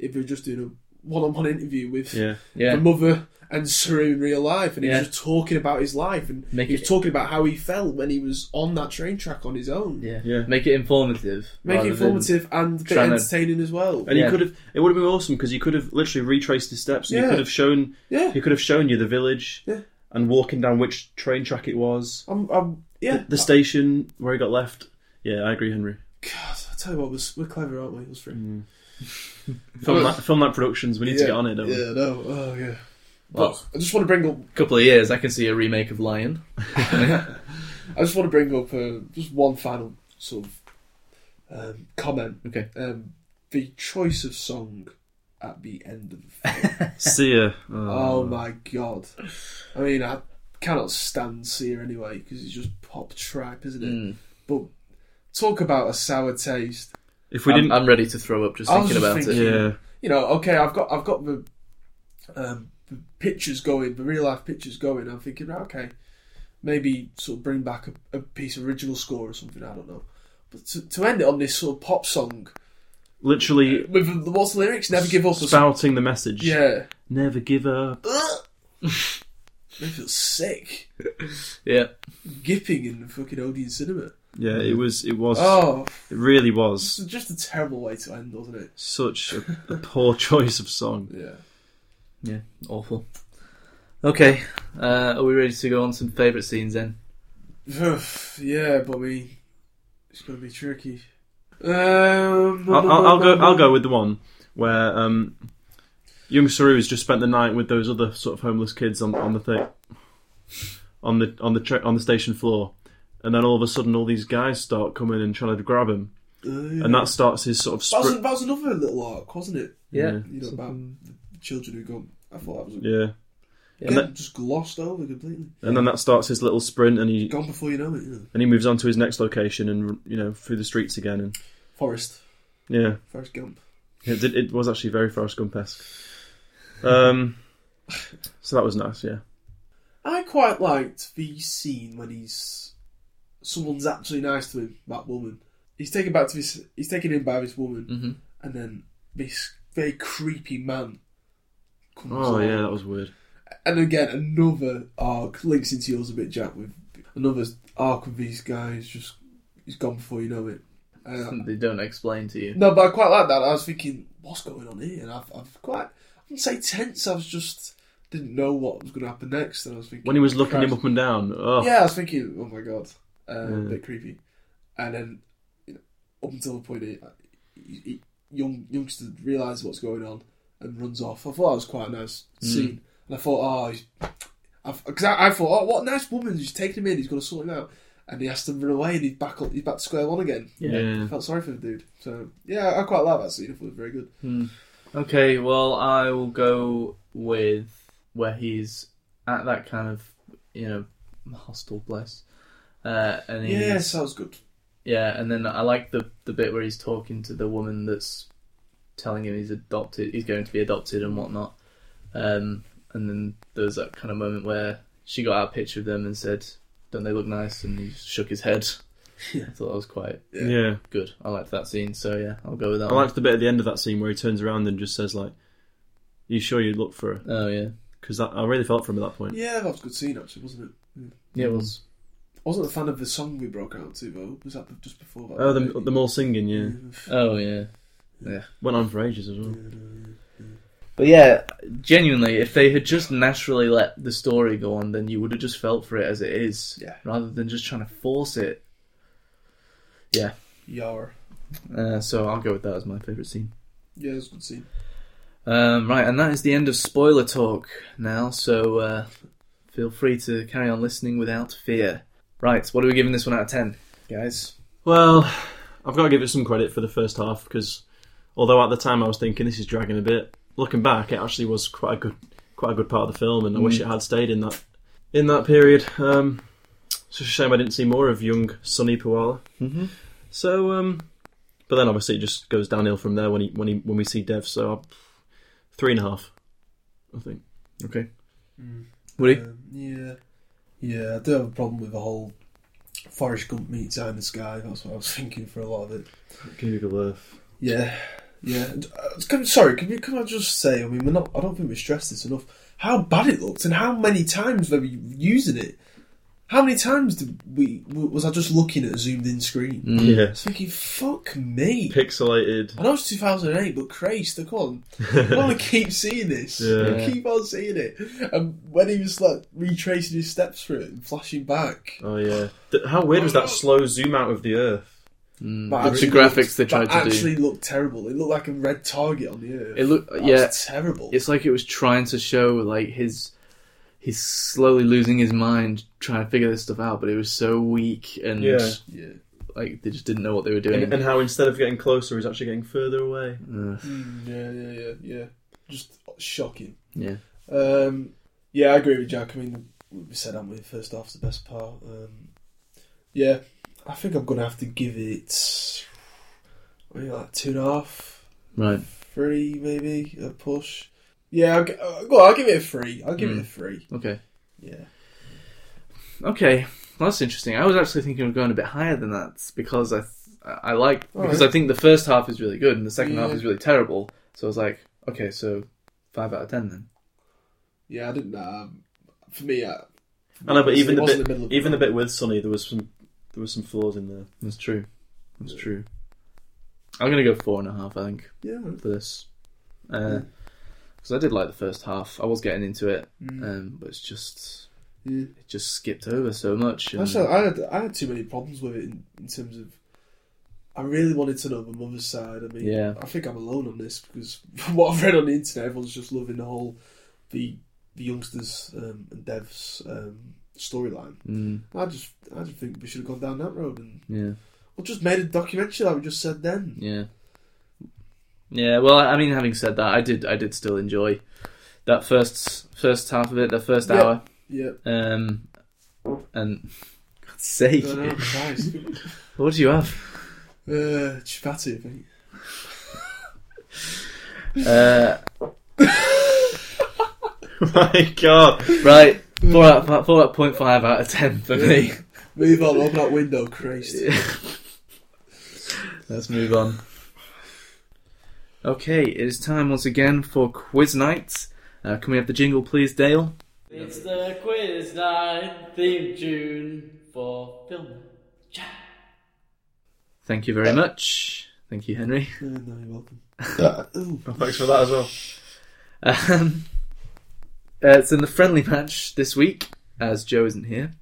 [SPEAKER 3] if we were just doing a one-on-one interview with
[SPEAKER 2] Yeah,
[SPEAKER 1] Yeah.
[SPEAKER 3] the mother and Saru in real life, and he
[SPEAKER 1] Yeah.
[SPEAKER 3] was just talking about his life, and
[SPEAKER 1] Make
[SPEAKER 3] he was
[SPEAKER 1] it-
[SPEAKER 3] talking about how he felt when he was on that train track on his own.
[SPEAKER 1] Yeah.
[SPEAKER 2] Yeah.
[SPEAKER 1] Make it informative.
[SPEAKER 3] Make
[SPEAKER 1] rather
[SPEAKER 3] it
[SPEAKER 1] than-
[SPEAKER 3] informative and a bit
[SPEAKER 1] trying to-
[SPEAKER 3] entertaining as well.
[SPEAKER 2] and
[SPEAKER 1] Yeah.
[SPEAKER 2] you could have. It would have been awesome because you could have literally retraced his steps. And You
[SPEAKER 3] Yeah.
[SPEAKER 2] could have shown.
[SPEAKER 3] Yeah.
[SPEAKER 2] He could have shown you the village.
[SPEAKER 3] Yeah.
[SPEAKER 2] And walking down which train track it was,
[SPEAKER 3] I'm, I'm, yeah.
[SPEAKER 2] the station where he got left. Yeah, I agree, Henry.
[SPEAKER 3] God, I tell you what, we're, we're clever, aren't we? Us three.
[SPEAKER 2] Film that, film that productions. We need Mm. to get on it. Don't we?
[SPEAKER 3] Yeah, no, oh yeah.
[SPEAKER 1] Well,
[SPEAKER 3] I just want to bring up
[SPEAKER 1] a couple of years, I can see a remake of Lion.
[SPEAKER 3] I just want to bring up uh, just one final sort of um, comment.
[SPEAKER 1] Okay.
[SPEAKER 3] Um, the choice of song at the end of the film.
[SPEAKER 2] See ya.
[SPEAKER 3] oh my god! I mean, I cannot stand Sear anyway because it's just pop trap, isn't it?
[SPEAKER 1] Mm.
[SPEAKER 3] But talk about a sour taste.
[SPEAKER 2] If we
[SPEAKER 1] I'm,
[SPEAKER 2] didn't,
[SPEAKER 1] I'm ready to throw up just
[SPEAKER 3] I was
[SPEAKER 1] thinking
[SPEAKER 3] just
[SPEAKER 1] about
[SPEAKER 3] thinking-
[SPEAKER 1] it.
[SPEAKER 2] yeah,
[SPEAKER 3] You know, okay, I've got I've got the, um, the pictures going, the real life pictures going. I'm thinking, right, okay, maybe sort of bring back a, a piece of original score or something. I don't know. But to, to end it on this sort of pop song.
[SPEAKER 2] literally
[SPEAKER 3] with the what's the lyrics? Never give up. or something.
[SPEAKER 2] spouting the message.
[SPEAKER 3] Yeah.
[SPEAKER 2] Never give up.
[SPEAKER 3] I feel sick.
[SPEAKER 1] Yeah.
[SPEAKER 3] Gipping in the fucking Odeon cinema.
[SPEAKER 2] Yeah, it was. It was.
[SPEAKER 3] Oh,
[SPEAKER 2] It really
[SPEAKER 3] it's
[SPEAKER 2] was
[SPEAKER 3] just a terrible way to end, wasn't it?
[SPEAKER 2] such a, a poor choice of song.
[SPEAKER 3] Yeah.
[SPEAKER 1] Yeah, awful. Okay, uh, are we ready to go on some favourite scenes then?
[SPEAKER 3] yeah, but we. It's gonna be tricky. Um,
[SPEAKER 2] I'll, I'll, I'll go. I'll go with the one where um, young Saru's just spent the night with those other sort of homeless kids on, on the thing, on the on the tra- on the station floor, and then all of a sudden all these guys start coming and trying to grab him,
[SPEAKER 3] Uh,
[SPEAKER 2] and that starts his sort of.
[SPEAKER 3] that, was,
[SPEAKER 2] Spr-
[SPEAKER 3] that was another little arc, wasn't it?
[SPEAKER 1] Yeah.
[SPEAKER 2] Yeah.
[SPEAKER 3] You know about the children who go. I thought that was. A,
[SPEAKER 2] yeah.
[SPEAKER 3] Again, just glossed over completely.
[SPEAKER 2] And then that starts his little sprint, and he
[SPEAKER 3] Gone before you know it. You know.
[SPEAKER 2] and he moves on to his next location, and you know through the streets again, and
[SPEAKER 3] Forest,
[SPEAKER 2] yeah,
[SPEAKER 3] Forest Gump.
[SPEAKER 2] it did, it was actually very Forrest Gump esque. Um, so that was nice, yeah.
[SPEAKER 3] I quite liked the scene when he's someone's actually nice to him. That woman. He's taken back to his. He's taken in by this woman,
[SPEAKER 2] Mm-hmm.
[SPEAKER 3] and then this very creepy man. Comes
[SPEAKER 2] Oh
[SPEAKER 3] on.
[SPEAKER 2] yeah, that was weird.
[SPEAKER 3] And again, another arc links into yours a bit, Jack. With another arc with these guys, just he's gone before you know it. Uh,
[SPEAKER 1] They don't explain to you.
[SPEAKER 3] No, but I quite like that. I was thinking, what's going on here? And I've, I've quite, I wouldn't say tense. I was just didn't know what was going to happen next. And I was thinking
[SPEAKER 2] When he was looking him
[SPEAKER 3] Christ.
[SPEAKER 2] up and down, oh
[SPEAKER 3] Yeah, I was thinking, oh my god, uh, a
[SPEAKER 2] Yeah.
[SPEAKER 3] bit creepy. And then you know, up until the point he, he, he- young youngster realizes what's going on and runs off. I thought that was quite a nice
[SPEAKER 2] Hmm.
[SPEAKER 3] scene. And I thought, oh, he's, because I, I thought, oh, what a nice woman! She's taking him in. He's going to sort him out. And he has to run away, and he's back up. He's back to square one again.
[SPEAKER 2] Yeah.
[SPEAKER 3] I felt sorry for the dude. So yeah, I quite like that scene. I thought it was very good.
[SPEAKER 1] Okay, well, I will go with where he's at that kind of, you know, hostile place. Uh, and he's,
[SPEAKER 3] Yeah, sounds good.
[SPEAKER 1] Yeah, and then I like the the bit where he's talking to the woman that's telling him he's adopted, he's going to be adopted and whatnot. Um, and then there was that kind of moment where she got out a picture of them and said, "Don't they look nice?" And he shook his head. I thought that was quite
[SPEAKER 2] yeah.
[SPEAKER 1] good. I liked that scene, so yeah, I'll go with that.
[SPEAKER 2] I
[SPEAKER 1] one.
[SPEAKER 2] liked the bit at the end of that scene where he turns around and just says like, "You sure you look for her?"
[SPEAKER 1] Oh yeah,
[SPEAKER 2] Because I really felt for him at that point.
[SPEAKER 3] Yeah, that was a good scene actually, wasn't it?
[SPEAKER 1] yeah, it
[SPEAKER 2] Mm.
[SPEAKER 1] was.
[SPEAKER 3] I wasn't a fan of the song we broke out to though. Was that the- just before that?
[SPEAKER 2] Oh, the them all singing, yeah,
[SPEAKER 1] Oh yeah.
[SPEAKER 2] went on for ages as well.
[SPEAKER 1] But yeah, genuinely, if they had just naturally let the story go on, then you would have just felt for it as it is,
[SPEAKER 3] Yeah.
[SPEAKER 1] rather than just trying to force it. Yeah.
[SPEAKER 3] Yar.
[SPEAKER 1] Uh, so I'll go with that as my favourite scene.
[SPEAKER 3] Yeah, it was a good scene.
[SPEAKER 1] Um, right, and that is the end of spoiler talk now, so uh, feel free to carry on listening without fear. Right, what are we giving this one out of 10, guys?
[SPEAKER 2] Well, I've got to give it some credit for the first half because although at the time I was thinking this is dragging a bit, looking back, it actually was quite a good, quite a good part of the film, and I wish it had stayed in that in that period. Um, it's just a shame I didn't see more of young Sonny Pawala.
[SPEAKER 1] Mhm.
[SPEAKER 2] So, um, but then obviously it just goes downhill from there when he when he when we see Dev. So I'll- three and a half, I think.
[SPEAKER 1] Okay. Woody?
[SPEAKER 3] Um, yeah. Yeah, I do have a problem with the whole Forrest Gump meets Eye in the Sky. That's what I was thinking for a lot of it.
[SPEAKER 2] Google Earth.
[SPEAKER 3] Yeah. Yeah. And, uh, can- sorry, can you can I just say? I mean, we're not. I don't think we stressed this enough. How bad it looked, and how many times they were using it. How many times did we was I just looking at a zoomed in screen? I
[SPEAKER 2] Yeah,
[SPEAKER 3] was thinking, fuck me.
[SPEAKER 2] Mm. pixelated.
[SPEAKER 3] I know it's 2008, but Christ, I can't. I want to keep seeing this.
[SPEAKER 2] Yeah.
[SPEAKER 3] I keep on seeing it. And when he was like retracing his steps for it and flashing back,
[SPEAKER 2] Oh yeah. Th- How weird was that slow zoom out of the Earth?
[SPEAKER 3] But
[SPEAKER 1] Mm. the
[SPEAKER 3] actually
[SPEAKER 1] graphics
[SPEAKER 3] looked-
[SPEAKER 1] they tried
[SPEAKER 3] but
[SPEAKER 1] to do.
[SPEAKER 3] actually looked terrible. It looked like a red target on the earth.
[SPEAKER 1] It looked-
[SPEAKER 3] That
[SPEAKER 1] yeah.
[SPEAKER 3] was terrible.
[SPEAKER 1] It's like it was trying to show, like, his. He's slowly losing his mind trying to figure this stuff out, but it was so weak and,
[SPEAKER 2] Yeah.
[SPEAKER 3] yeah.
[SPEAKER 1] like, they just didn't know what they were doing.
[SPEAKER 2] and, and how instead of getting closer, he's actually getting further away.
[SPEAKER 3] Mm, yeah, yeah, yeah, yeah. Just shocking.
[SPEAKER 1] Yeah.
[SPEAKER 3] Um, yeah, I agree with Jack. I mean, we said that we first half's the best part. Um, yeah, I think I'm gonna have to give it. What are you like two and a half,
[SPEAKER 1] right.
[SPEAKER 3] three maybe a push. Yeah, I'll, gi- uh, go on, I'll give it a three. I'll give it a three.
[SPEAKER 1] Okay.
[SPEAKER 3] Yeah.
[SPEAKER 1] Okay, well, that's interesting. I was actually thinking of going a bit higher than that because I, I like
[SPEAKER 3] All
[SPEAKER 1] because
[SPEAKER 3] right.
[SPEAKER 1] I think the first half is really good and the second half
[SPEAKER 3] Oh, Yeah.
[SPEAKER 1] is really terrible. So I was like, okay, so five out of ten then.
[SPEAKER 3] Yeah, I didn't. Uh, for me, uh, I,
[SPEAKER 2] I know, but
[SPEAKER 3] It
[SPEAKER 2] even the
[SPEAKER 3] was in
[SPEAKER 2] bit,
[SPEAKER 3] the middle of-
[SPEAKER 2] even the bit with Sonny, there was some, there was some flaws in there.
[SPEAKER 1] That's true. That's true. I'm gonna go four and a half. I think
[SPEAKER 3] yeah,
[SPEAKER 1] for this because I did like the first half. I was getting into it,
[SPEAKER 3] Mm.
[SPEAKER 1] um, but it's just
[SPEAKER 3] yeah.
[SPEAKER 1] it just skipped over so much. and-
[SPEAKER 3] Actually, I had I had too many problems with it in, in terms of. I really wanted to know the mother's side. I mean,
[SPEAKER 1] Yeah.
[SPEAKER 3] I think I'm alone on this because from what I've read on the internet, everyone's just loving the whole the the youngsters um, and Dev's um, storyline.
[SPEAKER 1] Mm,
[SPEAKER 3] I just I just think we should have gone down that road and
[SPEAKER 1] yeah.
[SPEAKER 3] or just made a documentary like we just said then.
[SPEAKER 1] Yeah. Yeah, well, I mean, having said that, I did, I did still enjoy that first first half of it, the first
[SPEAKER 3] Yeah.
[SPEAKER 1] hour.
[SPEAKER 3] Yeah.
[SPEAKER 1] Um, and God's sake,
[SPEAKER 3] No, no, Christ.
[SPEAKER 1] what do you have?
[SPEAKER 3] Uh, chapati, I think.
[SPEAKER 1] Uh,
[SPEAKER 2] My God,
[SPEAKER 1] right, four out, of- four out point five out of ten for me.
[SPEAKER 3] Move on, open that window, Christ.
[SPEAKER 1] Let's move on. Okay, it is time once again for quiz night. Uh, can we have the jingle, please, Dale?
[SPEAKER 6] It's the quiz night theme tune for film.
[SPEAKER 1] Thank you very much. Thank you, Henry.
[SPEAKER 3] No, no, you're welcome.
[SPEAKER 2] Oh, thanks for that as well.
[SPEAKER 1] Um, uh, it's in the friendly match this week, as Joe isn't here,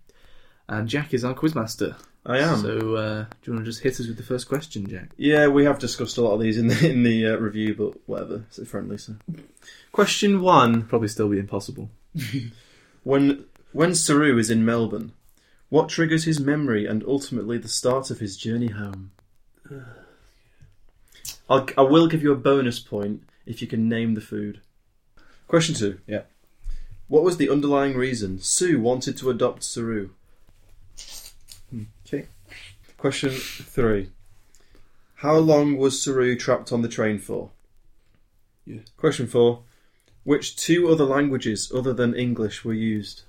[SPEAKER 1] and Jack is our quizmaster.
[SPEAKER 2] I am.
[SPEAKER 1] So, uh, do you want to just hit us with the first question, Jack?
[SPEAKER 2] Yeah, we have discussed a lot of these in the in the uh, review, but whatever. It's friendly, so. Question one:
[SPEAKER 1] Probably still be impossible.
[SPEAKER 2] When when Saru is in Melbourne, what triggers his memory and ultimately the start of his journey home? I'll, I will give you a bonus point if you can name the food. Question two. Yeah. What was the underlying reason Sue wanted to adopt Saru?
[SPEAKER 1] Okay.
[SPEAKER 2] Question three. How long was Saru trapped on the train for?
[SPEAKER 3] Yeah.
[SPEAKER 2] Question four. Which two other languages other than English were used?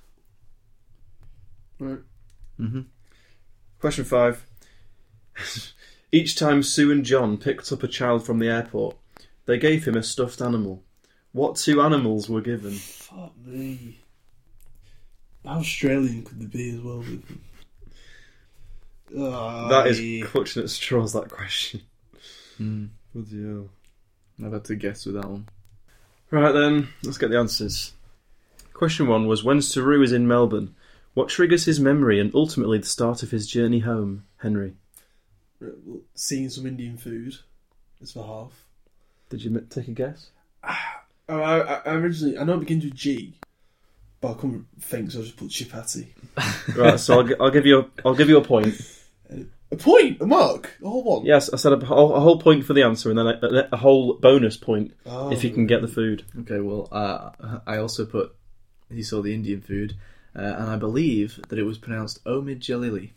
[SPEAKER 3] Right.
[SPEAKER 2] Question five. Each time Sue and John picked up a child from the airport, they gave him a stuffed animal. What two animals were given?
[SPEAKER 3] Fuck me. How Australian could they be as well? With them? Ah,
[SPEAKER 2] That is
[SPEAKER 3] yeah.
[SPEAKER 2] clutching at straws, that question. Bloody hell.
[SPEAKER 1] I've had to guess with that one.
[SPEAKER 2] Right then, let's get the answers. Question one was when Saru is in Melbourne, what triggers his memory and ultimately the start of his journey home, Henry?
[SPEAKER 3] Right, well, Seeing some Indian food. It's for half.
[SPEAKER 2] Did you m- take a guess?
[SPEAKER 3] Oh, I, I I originally, I know it begins with G, but I couldn't think, so I just put chapati.
[SPEAKER 2] Right, so I'll, gi- I'll give you a, I'll give you a point.
[SPEAKER 3] A point, a mark, a whole one.
[SPEAKER 2] Yes, I said a, whole- a whole point for the answer and then a, a- a whole bonus point
[SPEAKER 3] Oh.
[SPEAKER 2] if you can get the food.
[SPEAKER 1] Okay, well, uh, I also put he saw the Indian food, uh, and I believe that it was pronounced Omid Jalili.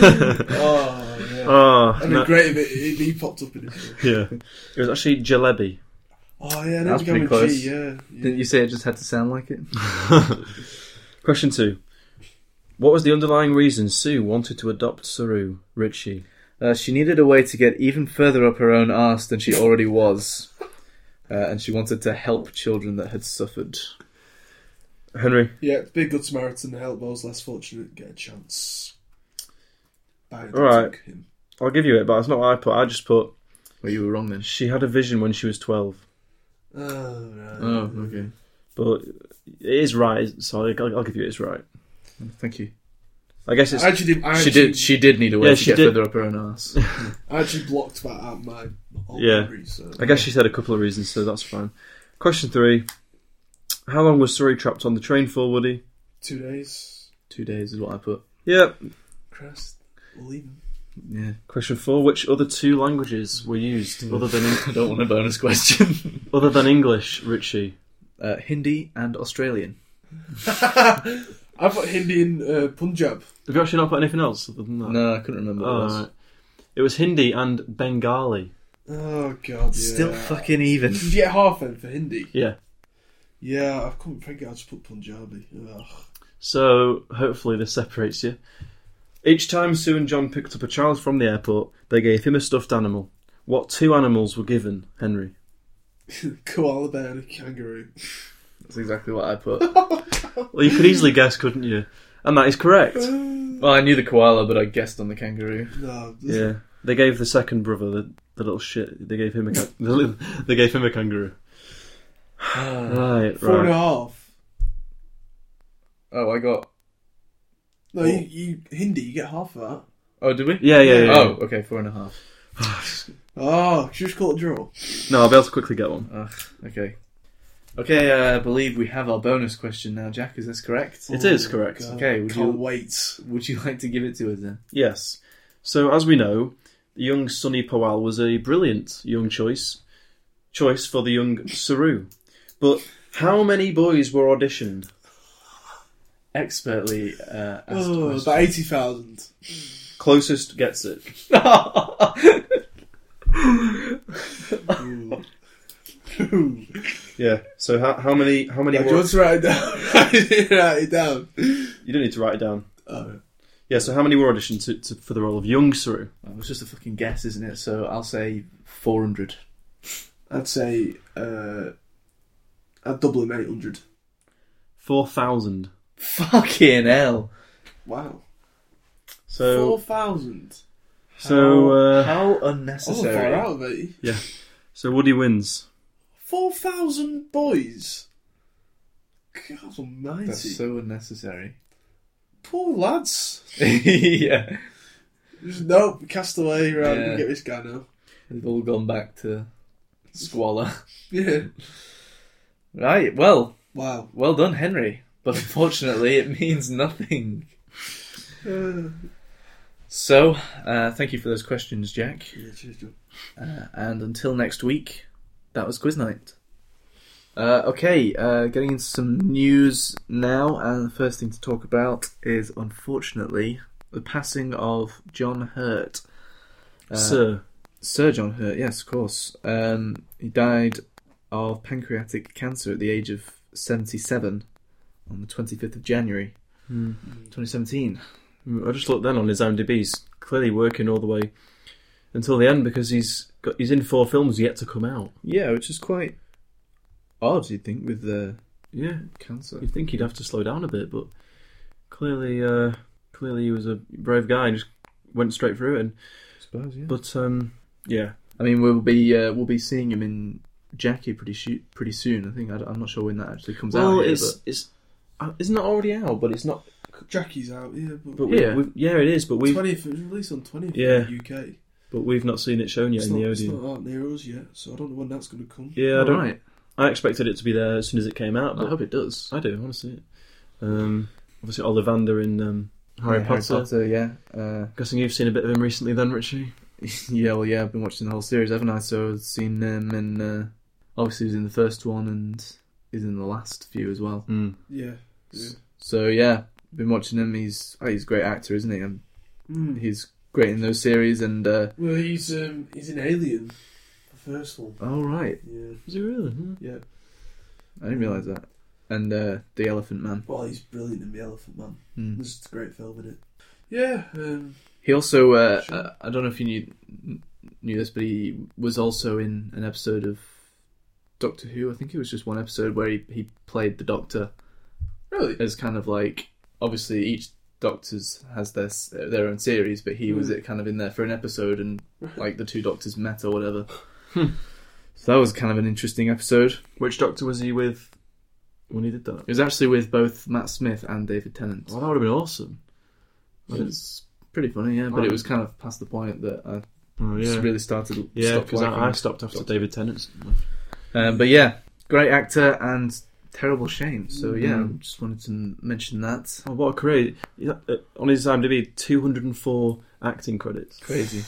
[SPEAKER 3] Oh, yeah.
[SPEAKER 2] Ah,
[SPEAKER 3] I mean,
[SPEAKER 2] no,
[SPEAKER 3] great if it, if he popped up in it.
[SPEAKER 2] yeah. It was actually jalebi.
[SPEAKER 3] Oh, yeah,
[SPEAKER 1] That's
[SPEAKER 3] that's began
[SPEAKER 1] pretty
[SPEAKER 3] with
[SPEAKER 1] close.
[SPEAKER 3] G, yeah. yeah.
[SPEAKER 1] Didn't you say it just had to sound like it?
[SPEAKER 2] Question two. What was the underlying reason Sue wanted to adopt Saru, Richie?
[SPEAKER 1] Uh, she needed a way to get even further up her own arse than she already was, uh, and she wanted to help children that had suffered.
[SPEAKER 2] Henry?
[SPEAKER 3] Yeah, be a good Samaritan to help those less fortunate get a chance. By
[SPEAKER 2] Alright.
[SPEAKER 3] him.
[SPEAKER 2] I'll give you it, but it's not what I put. I just put
[SPEAKER 1] Well, you were wrong then.
[SPEAKER 2] She had a vision when she was 12.
[SPEAKER 3] Oh, right.
[SPEAKER 1] Oh, okay.
[SPEAKER 2] But it is right, so I'll, I'll give you it's right.
[SPEAKER 1] Thank you.
[SPEAKER 2] I guess it's.
[SPEAKER 3] I actually, did, I,
[SPEAKER 1] She
[SPEAKER 3] actually,
[SPEAKER 1] did. She did need a way
[SPEAKER 2] Yeah,
[SPEAKER 1] to
[SPEAKER 2] she
[SPEAKER 1] get
[SPEAKER 2] did.
[SPEAKER 1] further up her own arse.
[SPEAKER 3] I actually blocked that out of my whole
[SPEAKER 2] Yeah.
[SPEAKER 3] memory, so.
[SPEAKER 2] I guess she said a couple of reasons, so that's fine. Question three How long was Surrey trapped on the train for, Woody?
[SPEAKER 3] Two days.
[SPEAKER 1] Two days is what I put.
[SPEAKER 2] Yep.
[SPEAKER 3] Christ. We'll leave him.
[SPEAKER 1] Yeah.
[SPEAKER 2] Question four Which other two languages were used other
[SPEAKER 1] I
[SPEAKER 2] than
[SPEAKER 1] don't want a bonus question.
[SPEAKER 2] other than English, Richie?
[SPEAKER 1] Uh, Hindi and Australian.
[SPEAKER 3] I've got Hindi and uh, Punjab.
[SPEAKER 2] Have you actually not put anything else other than that?
[SPEAKER 1] No, I couldn't remember. What it
[SPEAKER 2] Oh,
[SPEAKER 1] was.
[SPEAKER 2] right. It was Hindi and Bengali.
[SPEAKER 3] Oh, God. Yeah.
[SPEAKER 1] Still fucking even.
[SPEAKER 3] Did you get half then for Hindi?
[SPEAKER 2] Yeah.
[SPEAKER 3] Yeah, I couldn't think I just put Punjabi. Ugh.
[SPEAKER 2] So hopefully this separates you. Each time Sue and John picked up a child from the airport, they gave him a stuffed animal. What two animals were given, Henry?
[SPEAKER 3] Koala bear and a kangaroo.
[SPEAKER 1] That's exactly what I put.
[SPEAKER 2] Well, you could easily guess, couldn't you? And that is correct.
[SPEAKER 1] well, I knew the koala, but I guessed on the kangaroo.
[SPEAKER 3] No, this-
[SPEAKER 2] Yeah, they gave the second brother the, the little shit. They gave him a can- the little- they gave him a kangaroo. Right,
[SPEAKER 3] four and a
[SPEAKER 2] right.
[SPEAKER 3] half.
[SPEAKER 1] Oh, I got.
[SPEAKER 3] No, you, you Hindi, you get half of that.
[SPEAKER 1] Oh, did we?
[SPEAKER 2] Yeah, yeah, yeah.
[SPEAKER 1] Oh, okay, four and a half.
[SPEAKER 3] Oh, should we just call it draw.
[SPEAKER 2] No, I'll be able to quickly get one.
[SPEAKER 1] Ugh, okay. Okay, uh, I believe we have our bonus question now, Jack. Is this correct?
[SPEAKER 2] It is correct.
[SPEAKER 3] Oh,
[SPEAKER 1] Okay, would
[SPEAKER 3] Can't
[SPEAKER 1] you-
[SPEAKER 3] wait.
[SPEAKER 1] Would you like to give it to us then?
[SPEAKER 2] Yes. So as we know, the young Sonny Powell was a brilliant young choice choice for the young Saru. But how many boys were auditioned? Expertly uh, asked
[SPEAKER 3] Oh,
[SPEAKER 2] questions.
[SPEAKER 3] about 80,000.
[SPEAKER 2] Closest gets it.
[SPEAKER 3] Ooh. Ooh.
[SPEAKER 2] Yeah. So how, how many how many
[SPEAKER 3] Yeah, do you
[SPEAKER 2] were,
[SPEAKER 3] want to write it down? write it down.
[SPEAKER 2] you don't need to write it down.
[SPEAKER 1] Uh,
[SPEAKER 3] Oh.
[SPEAKER 2] Yeah, so how many were auditioned to, to, for the role of young Saru?
[SPEAKER 1] Well, it's just a fucking guess, isn't it? So I'll say 400.
[SPEAKER 3] I'd say uh, I'd double him 800.
[SPEAKER 2] Four thousand.
[SPEAKER 1] Fucking hell.
[SPEAKER 3] Wow.
[SPEAKER 2] So
[SPEAKER 3] 4,000?
[SPEAKER 2] so uh,
[SPEAKER 1] How
[SPEAKER 3] I wasn't Oh, far
[SPEAKER 1] unnecessary.
[SPEAKER 3] out of 80.
[SPEAKER 2] so Woody wins.
[SPEAKER 3] 4,000 boys? God almighty.
[SPEAKER 1] That's so unnecessary.
[SPEAKER 3] Poor lads.
[SPEAKER 1] yeah.
[SPEAKER 3] Just, nope, cast away, right, we
[SPEAKER 1] Yeah.
[SPEAKER 3] can get this guy now.
[SPEAKER 1] They've all gone back to squalor.
[SPEAKER 3] Yeah.
[SPEAKER 1] Right, well,
[SPEAKER 3] Wow.
[SPEAKER 1] well done, Henry. But unfortunately, it means nothing.
[SPEAKER 3] Uh,
[SPEAKER 1] So, uh, thank you for those questions, Jack.
[SPEAKER 3] yeah, cheers, John.
[SPEAKER 1] Uh, and until next week, that was quiz night. Uh, okay, uh, getting into some news now, and the first thing to talk about is unfortunately the passing of John Hurt. Uh,
[SPEAKER 2] Sir.
[SPEAKER 1] Sir John Hurt, yes, of course. Um, he died of pancreatic cancer at the age of 77 on the 25th of January 2017.
[SPEAKER 2] I just looked then on his IMDb. He's clearly working all the way until the end because he's got he's in four films yet to come out.
[SPEAKER 1] Yeah, which is quite odd, you'd think, with the
[SPEAKER 2] Yeah,
[SPEAKER 1] cancer.
[SPEAKER 2] you'd think he'd have to slow down a bit, but clearly, uh, clearly he was a brave guy and just went straight through it. And,
[SPEAKER 1] I suppose, yeah.
[SPEAKER 2] but um, yeah,
[SPEAKER 1] I mean, we'll be uh, we'll be seeing him in Jackie pretty shoo- pretty soon. I think I am not sure when that actually comes
[SPEAKER 2] well,
[SPEAKER 1] out. here,
[SPEAKER 2] it's it's uh, isn't it already out? But it's not.
[SPEAKER 3] Jackie's out, yeah, but,
[SPEAKER 2] But we,
[SPEAKER 1] Yeah.
[SPEAKER 2] yeah, yeah, it is. But we have
[SPEAKER 3] 20th, it was released on 20th
[SPEAKER 2] Yeah.
[SPEAKER 3] in the UK.
[SPEAKER 2] but we've not seen it shown yet
[SPEAKER 3] it's,
[SPEAKER 2] in
[SPEAKER 3] not,
[SPEAKER 2] the
[SPEAKER 3] it's
[SPEAKER 2] Odeon.
[SPEAKER 3] not out near us yet, so I don't know when that's going to come.
[SPEAKER 2] Yeah, I
[SPEAKER 1] All
[SPEAKER 2] don't.
[SPEAKER 1] right.
[SPEAKER 2] I expected it to be there as soon as it came out.
[SPEAKER 1] I
[SPEAKER 2] But
[SPEAKER 1] hope it does.
[SPEAKER 2] I do. I want to see it. Um, obviously, Ollivander in um, Harry,
[SPEAKER 1] Yeah,
[SPEAKER 2] Potter.
[SPEAKER 1] yeah. Uh,
[SPEAKER 2] Guessing you've seen a bit of him recently, then, Richie.
[SPEAKER 1] yeah, well, yeah. I've been watching the whole series, haven't I? So I've seen him, and uh, obviously he's in the first one, and he's in the last few as well.
[SPEAKER 2] Mm.
[SPEAKER 3] Yeah. Yeah.
[SPEAKER 1] So yeah, been watching him. He's oh, he's a great actor, isn't he? And
[SPEAKER 3] Mm.
[SPEAKER 1] he's great in those series. And uh,
[SPEAKER 3] Well, he's um, he's an alien, the first one.
[SPEAKER 1] oh right,
[SPEAKER 3] Yeah,
[SPEAKER 2] Is he really? Hmm.
[SPEAKER 3] yeah.
[SPEAKER 1] I didn't realize that. And uh, the Elephant Man.
[SPEAKER 3] Well, he's brilliant in The Elephant Man.
[SPEAKER 1] Mm.
[SPEAKER 3] It's just a great film, isn't it? Yeah. Um,
[SPEAKER 1] He also, uh,
[SPEAKER 3] Sure.
[SPEAKER 1] uh, I don't know if you knew knew this, but he was also in an episode of Doctor Who. I think it was just one episode where he, he played the Doctor
[SPEAKER 3] really?
[SPEAKER 1] as kind of like obviously each Doctor's has their s- their own series, but he was
[SPEAKER 3] Hmm.
[SPEAKER 1] it kind of in there for an episode, and like the two Doctors met or whatever.
[SPEAKER 2] Hmm.
[SPEAKER 1] so that was kind of an interesting episode.
[SPEAKER 2] Which Doctor was he with when he did that?
[SPEAKER 1] It was actually with both Matt Smith and David Tennant.
[SPEAKER 2] Oh, that would have been awesome. I
[SPEAKER 1] It
[SPEAKER 2] didn't-
[SPEAKER 1] was pretty funny, yeah, but it was kind of past the point that I
[SPEAKER 2] Oh, yeah.
[SPEAKER 1] really started.
[SPEAKER 2] yeah,
[SPEAKER 1] stopped
[SPEAKER 2] because I, I
[SPEAKER 1] liking
[SPEAKER 2] stopped after
[SPEAKER 1] Doctor
[SPEAKER 2] David Tennant's.
[SPEAKER 1] Um, but yeah, great actor and terrible shame. So yeah,
[SPEAKER 2] Mm.
[SPEAKER 1] just wanted to m- mention that.
[SPEAKER 2] Oh, what a career. Yeah, uh, On his IMDb, 204 acting credits.
[SPEAKER 1] Crazy.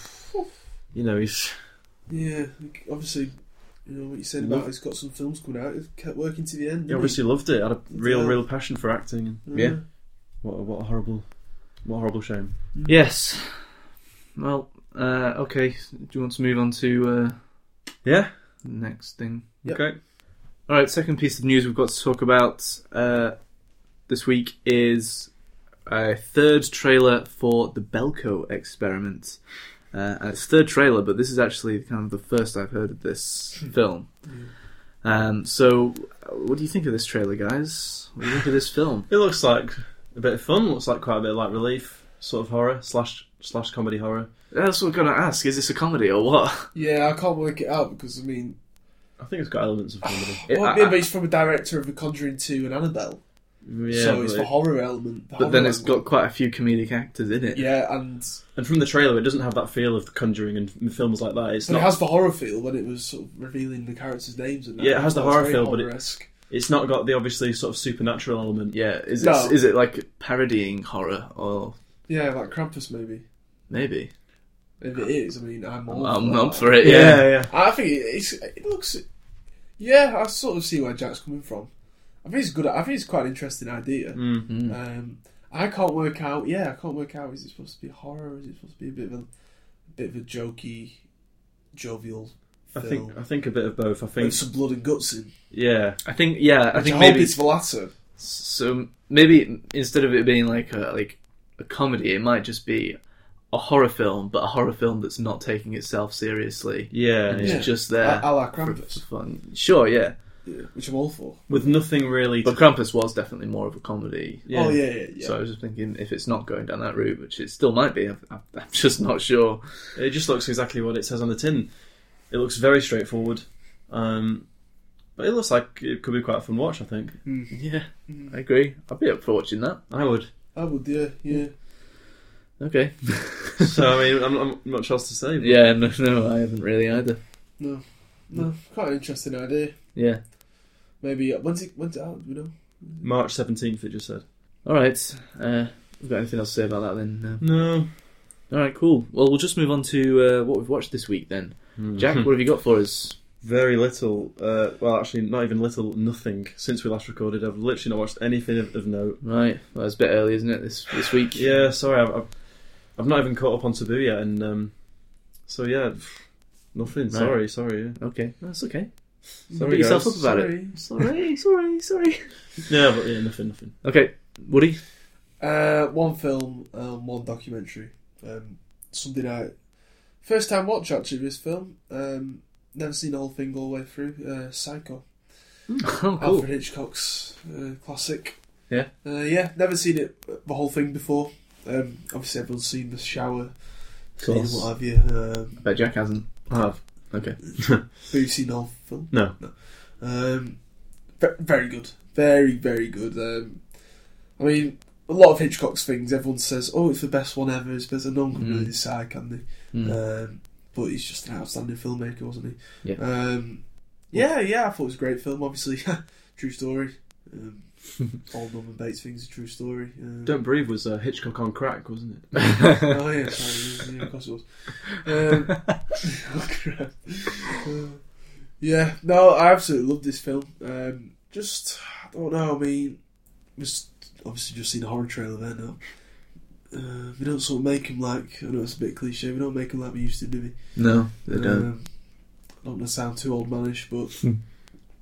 [SPEAKER 2] You know, he's.
[SPEAKER 3] Yeah. like, Obviously, you know what you said about he's got some films coming out. He's kept working to the end.
[SPEAKER 2] He
[SPEAKER 3] didn't
[SPEAKER 2] obviously loved it. Had a real,
[SPEAKER 3] Yeah.
[SPEAKER 2] real passion for acting. And
[SPEAKER 3] he? Uh-huh.
[SPEAKER 1] yeah.
[SPEAKER 2] what, a- what a horrible, what a horrible shame.
[SPEAKER 1] Yes. Well, uh, okay. Do you want to move on to uh,
[SPEAKER 2] Yeah.
[SPEAKER 1] the next thing?
[SPEAKER 3] Yep.
[SPEAKER 2] Okay.
[SPEAKER 1] All right. Second piece of news we've got to talk about uh, this week is a third trailer for the Belko experiment. Uh, and it's third trailer, but this is actually kind of the first I've heard of this film. Um, so, uh, what do you think of this trailer, guys? What do you think of this film?
[SPEAKER 2] It looks like a bit of fun. Looks like quite a bit of like relief, sort of horror slash slash comedy horror.
[SPEAKER 1] That's what I'm gonna ask. Is this a comedy or what?
[SPEAKER 3] Yeah, I can't work it out because I mean,
[SPEAKER 2] I think it's got elements of comedy.
[SPEAKER 1] It-
[SPEAKER 3] well,
[SPEAKER 1] I-
[SPEAKER 3] yeah,
[SPEAKER 1] I-
[SPEAKER 3] but he's from a director of The Conjuring Two and Annabelle,
[SPEAKER 2] yeah,
[SPEAKER 3] so it's
[SPEAKER 2] but
[SPEAKER 3] the
[SPEAKER 2] it-
[SPEAKER 3] horror element. the
[SPEAKER 1] but then
[SPEAKER 3] horror
[SPEAKER 1] it's got
[SPEAKER 3] element.
[SPEAKER 1] quite a few comedic actors in it.
[SPEAKER 3] yeah, and
[SPEAKER 2] and from the trailer, it doesn't have that feel of The Conjuring and f- films like that. It's
[SPEAKER 3] But
[SPEAKER 2] not.
[SPEAKER 3] it has the horror feel when it was sort of revealing the characters' names and that.
[SPEAKER 2] Yeah, it has the
[SPEAKER 3] It's
[SPEAKER 2] horror
[SPEAKER 3] very
[SPEAKER 2] feel, but it-
[SPEAKER 3] horror-esque.
[SPEAKER 2] It's not got the obviously sort of supernatural element.
[SPEAKER 1] Yeah. Is it
[SPEAKER 3] No.
[SPEAKER 1] is it like parodying horror or
[SPEAKER 3] yeah, like Krampus maybe.
[SPEAKER 1] maybe?
[SPEAKER 3] If it is, I mean, I'm all
[SPEAKER 1] I'm
[SPEAKER 3] for
[SPEAKER 1] up
[SPEAKER 3] that.
[SPEAKER 1] for it.
[SPEAKER 2] yeah,
[SPEAKER 1] Oh, Yeah.
[SPEAKER 2] yeah.
[SPEAKER 3] I think it- it's, it looks. Yeah, I sort of see where Jack's coming from. I think it's good. I think it's quite an interesting idea.
[SPEAKER 2] Mm-hmm.
[SPEAKER 3] Um, I can't work out. Yeah, I can't work out. Is it supposed to be horror? Is it supposed to be a bit of a, a bit of a jokey, jovial
[SPEAKER 2] I
[SPEAKER 3] film?
[SPEAKER 2] think I think a bit of both. I think
[SPEAKER 3] with some blood and guts in.
[SPEAKER 2] yeah,
[SPEAKER 1] I think yeah, I
[SPEAKER 3] Which I,
[SPEAKER 1] think
[SPEAKER 3] hope
[SPEAKER 1] maybe
[SPEAKER 3] it's the latter.
[SPEAKER 1] so. Maybe instead of it being like a like a comedy, it might just be a horror film, but a horror film that's not taking itself seriously.
[SPEAKER 2] yeah,
[SPEAKER 1] It's
[SPEAKER 2] yeah.
[SPEAKER 3] Yeah.
[SPEAKER 1] just there
[SPEAKER 3] A- a la
[SPEAKER 1] for-
[SPEAKER 3] Krampus.
[SPEAKER 1] for fun. Sure, yeah,
[SPEAKER 3] Yeah, which I'm all for.
[SPEAKER 2] with nothing really.
[SPEAKER 1] but
[SPEAKER 2] To,
[SPEAKER 1] Krampus was definitely more of a comedy.
[SPEAKER 2] yeah.
[SPEAKER 3] Oh yeah, yeah, yeah.
[SPEAKER 1] So I was just thinking, if it's not going down that route, which it still might be, I'm, I'm just not sure.
[SPEAKER 2] It just looks exactly what it says on the tin. It looks very straightforward, um, but it looks like it could be quite a fun watch. I think
[SPEAKER 1] Yeah,
[SPEAKER 3] Mm.
[SPEAKER 1] I agree. I'd be up for watching that.
[SPEAKER 2] I would.
[SPEAKER 3] I would. Yeah, yeah.
[SPEAKER 1] Okay.
[SPEAKER 2] So I mean, I'm, I'm much else to say. but-
[SPEAKER 1] yeah, no, no, I haven't really either.
[SPEAKER 3] No, no. Quite an interesting idea.
[SPEAKER 1] Yeah.
[SPEAKER 3] Maybe when's it when's it out? Do we know?
[SPEAKER 2] March seventeenth. It just said.
[SPEAKER 1] All right. Uh, we've got anything else to say about that then? No.
[SPEAKER 2] No.
[SPEAKER 1] All right, cool. Well, we'll just move on to uh, what we've watched this week then. Jack, what have you got for us?
[SPEAKER 2] Very little. Uh, well, actually, not even little. Nothing since we last recorded. I've literally not watched anything of, of note.
[SPEAKER 1] Right. Well, it's a bit early, isn't it? This this week.
[SPEAKER 2] Yeah, sorry, I've, I've, I've not even caught up on Taboo yet, and um, so yeah, pff, nothing. Sorry, sorry.
[SPEAKER 1] Okay. That's okay.
[SPEAKER 2] Yeah.
[SPEAKER 1] Beat
[SPEAKER 2] Sorry,
[SPEAKER 1] yourself up
[SPEAKER 2] guys.
[SPEAKER 1] about
[SPEAKER 3] Sorry.
[SPEAKER 1] it. Sorry. Sorry. Sorry.
[SPEAKER 2] Yeah, but yeah, nothing, nothing.
[SPEAKER 1] Okay. Woody.
[SPEAKER 3] Uh, one film, um, one documentary. Um, something I first time watch actually this film. Um, never seen the whole thing all the way through. Uh, Psycho,
[SPEAKER 1] Oh, cool.
[SPEAKER 3] Alfred Hitchcock's uh, classic.
[SPEAKER 1] Yeah.
[SPEAKER 3] uh, yeah. Never seen it uh, the whole thing before. Um, obviously everyone's seen the shower, scene and what have you. Um,
[SPEAKER 1] I bet Jack hasn't.
[SPEAKER 2] I have.
[SPEAKER 1] Okay.
[SPEAKER 3] but you've seen the whole film.
[SPEAKER 2] No.
[SPEAKER 3] Um, ve- very good, very very good. Um, I mean, a lot of Hitchcock's things. Everyone says, "Oh, it's the best one ever." It's best. And no one can
[SPEAKER 1] Mm.
[SPEAKER 3] really decide, can they?
[SPEAKER 1] Mm.
[SPEAKER 3] Um, but he's just an outstanding filmmaker, wasn't he?
[SPEAKER 1] Yeah.
[SPEAKER 3] Um, yeah, yeah. I thought it was a great film. Obviously, true story. Um, all Norman Bates things a true story. Um,
[SPEAKER 2] Don't Breathe was uh, Hitchcock on crack, wasn't it?
[SPEAKER 3] oh yeah, sorry, yeah, yeah, of course it was. Um, oh, crap. Uh, yeah, no, I absolutely love this film. Um, just, I don't know. I mean, was obviously just seen a horror trailer there now. Uh, we don't sort of make him like I know it's a bit cliche. We don't make him like we used to, do we?
[SPEAKER 1] no, they don't.
[SPEAKER 3] Um, I don't want to sound too old manish, but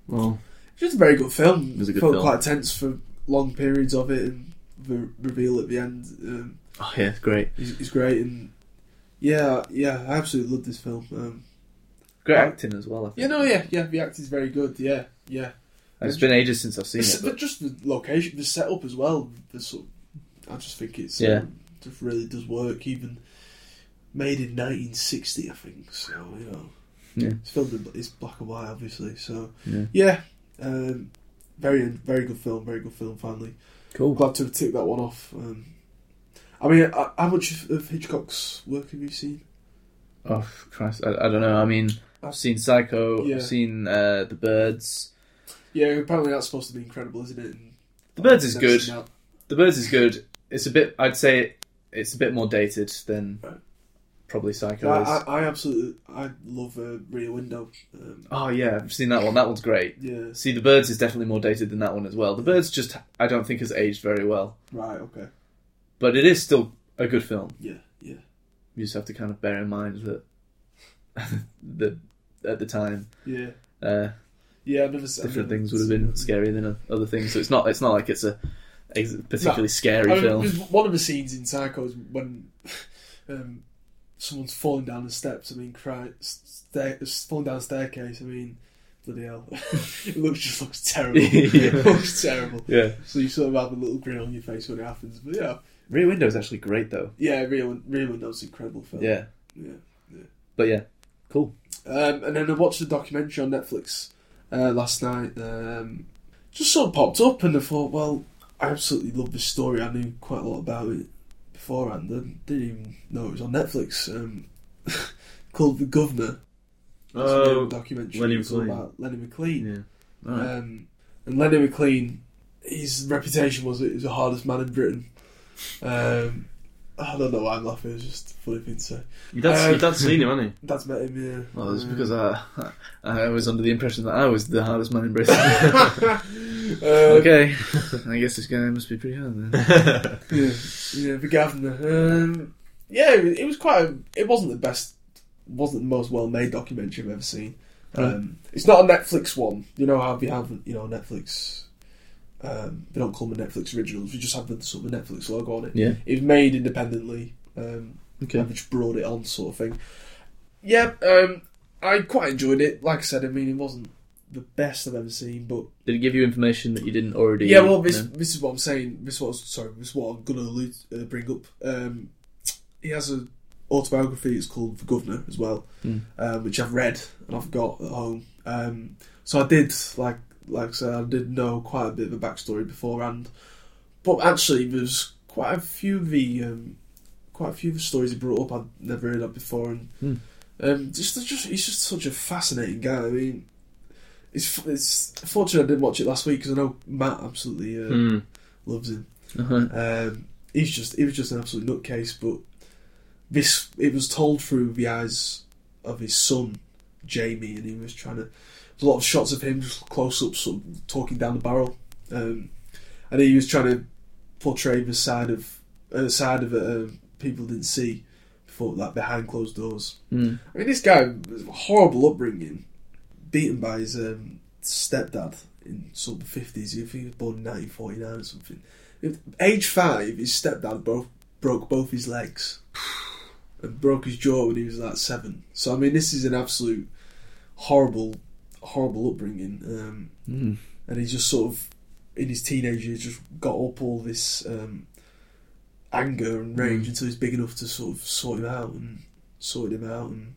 [SPEAKER 2] Well,
[SPEAKER 3] just a very good film.
[SPEAKER 1] It was a good
[SPEAKER 3] Felt
[SPEAKER 1] film.
[SPEAKER 3] quite tense for long periods of it, and the reveal at the end. Um,
[SPEAKER 1] Oh yeah, great.
[SPEAKER 3] He's, he's great, and yeah, yeah, I absolutely love this film. Um,
[SPEAKER 1] Great
[SPEAKER 3] Yeah.
[SPEAKER 1] acting as well. I think.
[SPEAKER 3] yeah, no, yeah, yeah, the acting's very good. Yeah, yeah.
[SPEAKER 1] It's been ages since I've seen
[SPEAKER 3] It's-
[SPEAKER 1] it.
[SPEAKER 3] but just the location, the setup as well. The sort of, I just think it's
[SPEAKER 1] Yeah.
[SPEAKER 3] um, just really does work. Even made in 1960, I think. So you know,
[SPEAKER 1] Yeah.
[SPEAKER 3] it's filmed in it's black and white, obviously. So
[SPEAKER 1] Yeah.
[SPEAKER 3] yeah, um, very very good film, very good film. Finally,
[SPEAKER 1] Cool.
[SPEAKER 3] glad to have ticked that one off. Um, I mean, uh, how much of- of Hitchcock's work have you seen?
[SPEAKER 1] Oh Christ, I, I don't know. I mean, I've seen Psycho.
[SPEAKER 3] Yeah.
[SPEAKER 1] I've seen uh, The Birds.
[SPEAKER 3] Yeah, apparently that's supposed to be incredible, isn't it? And
[SPEAKER 1] The Birds is
[SPEAKER 3] I've never
[SPEAKER 1] good.
[SPEAKER 3] seen that.
[SPEAKER 1] The Birds is good. It's a bit. I'd say it's a bit more dated than
[SPEAKER 3] Right.
[SPEAKER 1] probably
[SPEAKER 3] I,
[SPEAKER 1] Psycho is.
[SPEAKER 3] I, I absolutely, I love uh, Rear Window. Um,
[SPEAKER 1] Oh yeah, I've seen that one. That one's great.
[SPEAKER 3] yeah,
[SPEAKER 1] See, The Birds is definitely more dated than that one as well. The Birds just, I don't think, has aged very well.
[SPEAKER 3] right, okay,
[SPEAKER 1] But it is still a good film.
[SPEAKER 3] yeah, yeah,
[SPEAKER 1] You just have to kind of bear in mind that the at the time.
[SPEAKER 3] yeah,
[SPEAKER 1] Uh,
[SPEAKER 3] yeah. I've never seen
[SPEAKER 1] different things would have been scarier than other things. So it's not it's not like it's a ex- particularly
[SPEAKER 3] I
[SPEAKER 1] scary
[SPEAKER 3] mean,
[SPEAKER 1] film.
[SPEAKER 3] there's one of the scenes in Psycho is when um, someone's falling down the steps. I mean, cry, stair, falling down the staircase. I mean, bloody hell, it looks just looks terrible. It looks terrible.
[SPEAKER 1] Yeah,
[SPEAKER 3] So you sort of have a little grin on your face when it happens. But yeah,
[SPEAKER 1] Rear Window is actually great though.
[SPEAKER 3] yeah, Rear, Win- Rear Window's an incredible film.
[SPEAKER 1] Yeah,
[SPEAKER 3] yeah.
[SPEAKER 1] but yeah, cool.
[SPEAKER 3] Um, and then I watched a documentary on Netflix uh, last night. Um, just sort of popped up, and I thought, well, I absolutely love this story. I knew quite a lot about it beforehand. I didn't even know it was on Netflix. Um, called The Governor. It's a
[SPEAKER 2] oh,
[SPEAKER 3] documentary
[SPEAKER 2] Lenny
[SPEAKER 3] It's all
[SPEAKER 2] McLean.
[SPEAKER 3] about Lenny McLean.
[SPEAKER 2] yeah.
[SPEAKER 1] All right.
[SPEAKER 3] Um, and Lenny McLean, his reputation was that he was the hardest man in Britain. Um, I don't know why I'm laughing. It's just a funny thing to say.
[SPEAKER 2] Your dad's,
[SPEAKER 3] Uh,
[SPEAKER 2] your dad's seen him, hasn't
[SPEAKER 3] Dad's met him.
[SPEAKER 2] Oh,
[SPEAKER 3] Yeah.
[SPEAKER 1] Well, it's because I, I was under the impression that I was the hardest man in Britain.
[SPEAKER 3] Uh,
[SPEAKER 1] okay, I guess this guy must be pretty hard then.
[SPEAKER 3] yeah, yeah, the governor. Um, yeah, it was- it was quite. A, it wasn't the best. Wasn't the most well-made documentary I've ever seen. Um, it's not a Netflix one. You know how we have, you know, Netflix. Um, they don't call them Netflix originals. We just have the sort of Netflix logo on it.
[SPEAKER 1] Yeah.
[SPEAKER 3] It was made independently. Um,
[SPEAKER 1] Okay.
[SPEAKER 3] and they just brought it on, sort of thing. Yeah, um, I quite enjoyed it. Like I said, I mean, it wasn't the best I've ever seen, but
[SPEAKER 1] Did it give you information that you didn't already?
[SPEAKER 3] yeah, well, this
[SPEAKER 1] know?
[SPEAKER 3] this is what I'm saying. This was sorry. This is what I'm gonna allude, uh, bring up. Um, he has a autobiography. It's called The Governor as well,
[SPEAKER 1] Hmm.
[SPEAKER 3] um, which I've read and I've got at home. Um, so I did like like I said, I did know quite a bit of the backstory beforehand. But actually, there's quite a few of the um, quite a few of the stories he brought up I'd never heard of before, and um, just just he's just such a fascinating guy. I mean, it's f- it's fortunate I didn't watch it last week because I know Matt absolutely uh,
[SPEAKER 2] he? Hmm.
[SPEAKER 3] loves him.
[SPEAKER 1] Uh-huh.
[SPEAKER 3] Um, he's just he was just an absolute nutcase, but this it was told through the eyes of his son Jamie, and he was trying to. There's a lot of shots of him just close up, sort of talking down the barrel, um, and he was trying to portray the side of uh, side of it um people didn't see before, like behind closed doors.
[SPEAKER 1] Mm.
[SPEAKER 3] I mean, this guy was a horrible upbringing, beaten by his um, stepdad in sort of the fifties. He was born in nineteen forty nine or something. At Age five, his stepdad both broke both his legs and broke his jaw when he was like seven. So I mean, this is an absolute horrible, horrible upbringing. Um,
[SPEAKER 1] Mm.
[SPEAKER 3] And he just sort of in his teenage years just got up all this um, anger and
[SPEAKER 1] Mm.
[SPEAKER 3] rage until he's big enough to sort of sort him out and sorted him out. And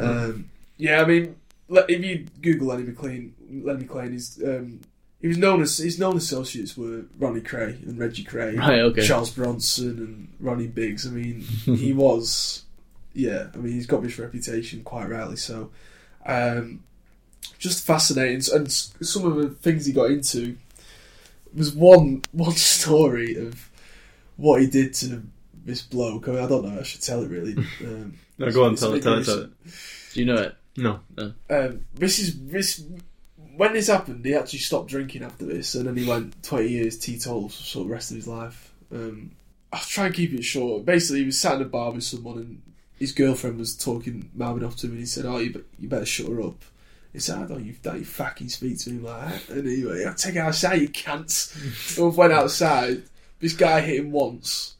[SPEAKER 3] um, yeah, I mean, le- if you Google Lenny McLean, Lenny McLean is um, he was known as his known associates were Ronnie Cray and Reggie Cray,
[SPEAKER 1] Right, okay.
[SPEAKER 3] Charles Bronson and Ronnie Biggs. I mean, he was yeah. I mean, he's got this reputation quite rightly so. Um, just fascinating, and s- some of the things he got into was one one story of what he did to this bloke. I mean, I don't know. I should tell it really. Um,
[SPEAKER 2] No, go on,
[SPEAKER 3] it's
[SPEAKER 2] tell it,
[SPEAKER 3] big
[SPEAKER 2] tell it,
[SPEAKER 3] news.
[SPEAKER 2] tell it.
[SPEAKER 1] Do you know it?
[SPEAKER 2] No.
[SPEAKER 3] um, this is this when this happened he actually stopped drinking after this and then he went 20 years teetotal for sort of the rest of his life um, I'll try and keep it short basically he was sat in a bar with someone and his girlfriend was talking mouthing off to him and he said oh you, be- you better shut her up he said, I don't you, don't you fucking speak to me like that. And he went, I'll take her outside, you cunts. and went outside. This guy hit him once.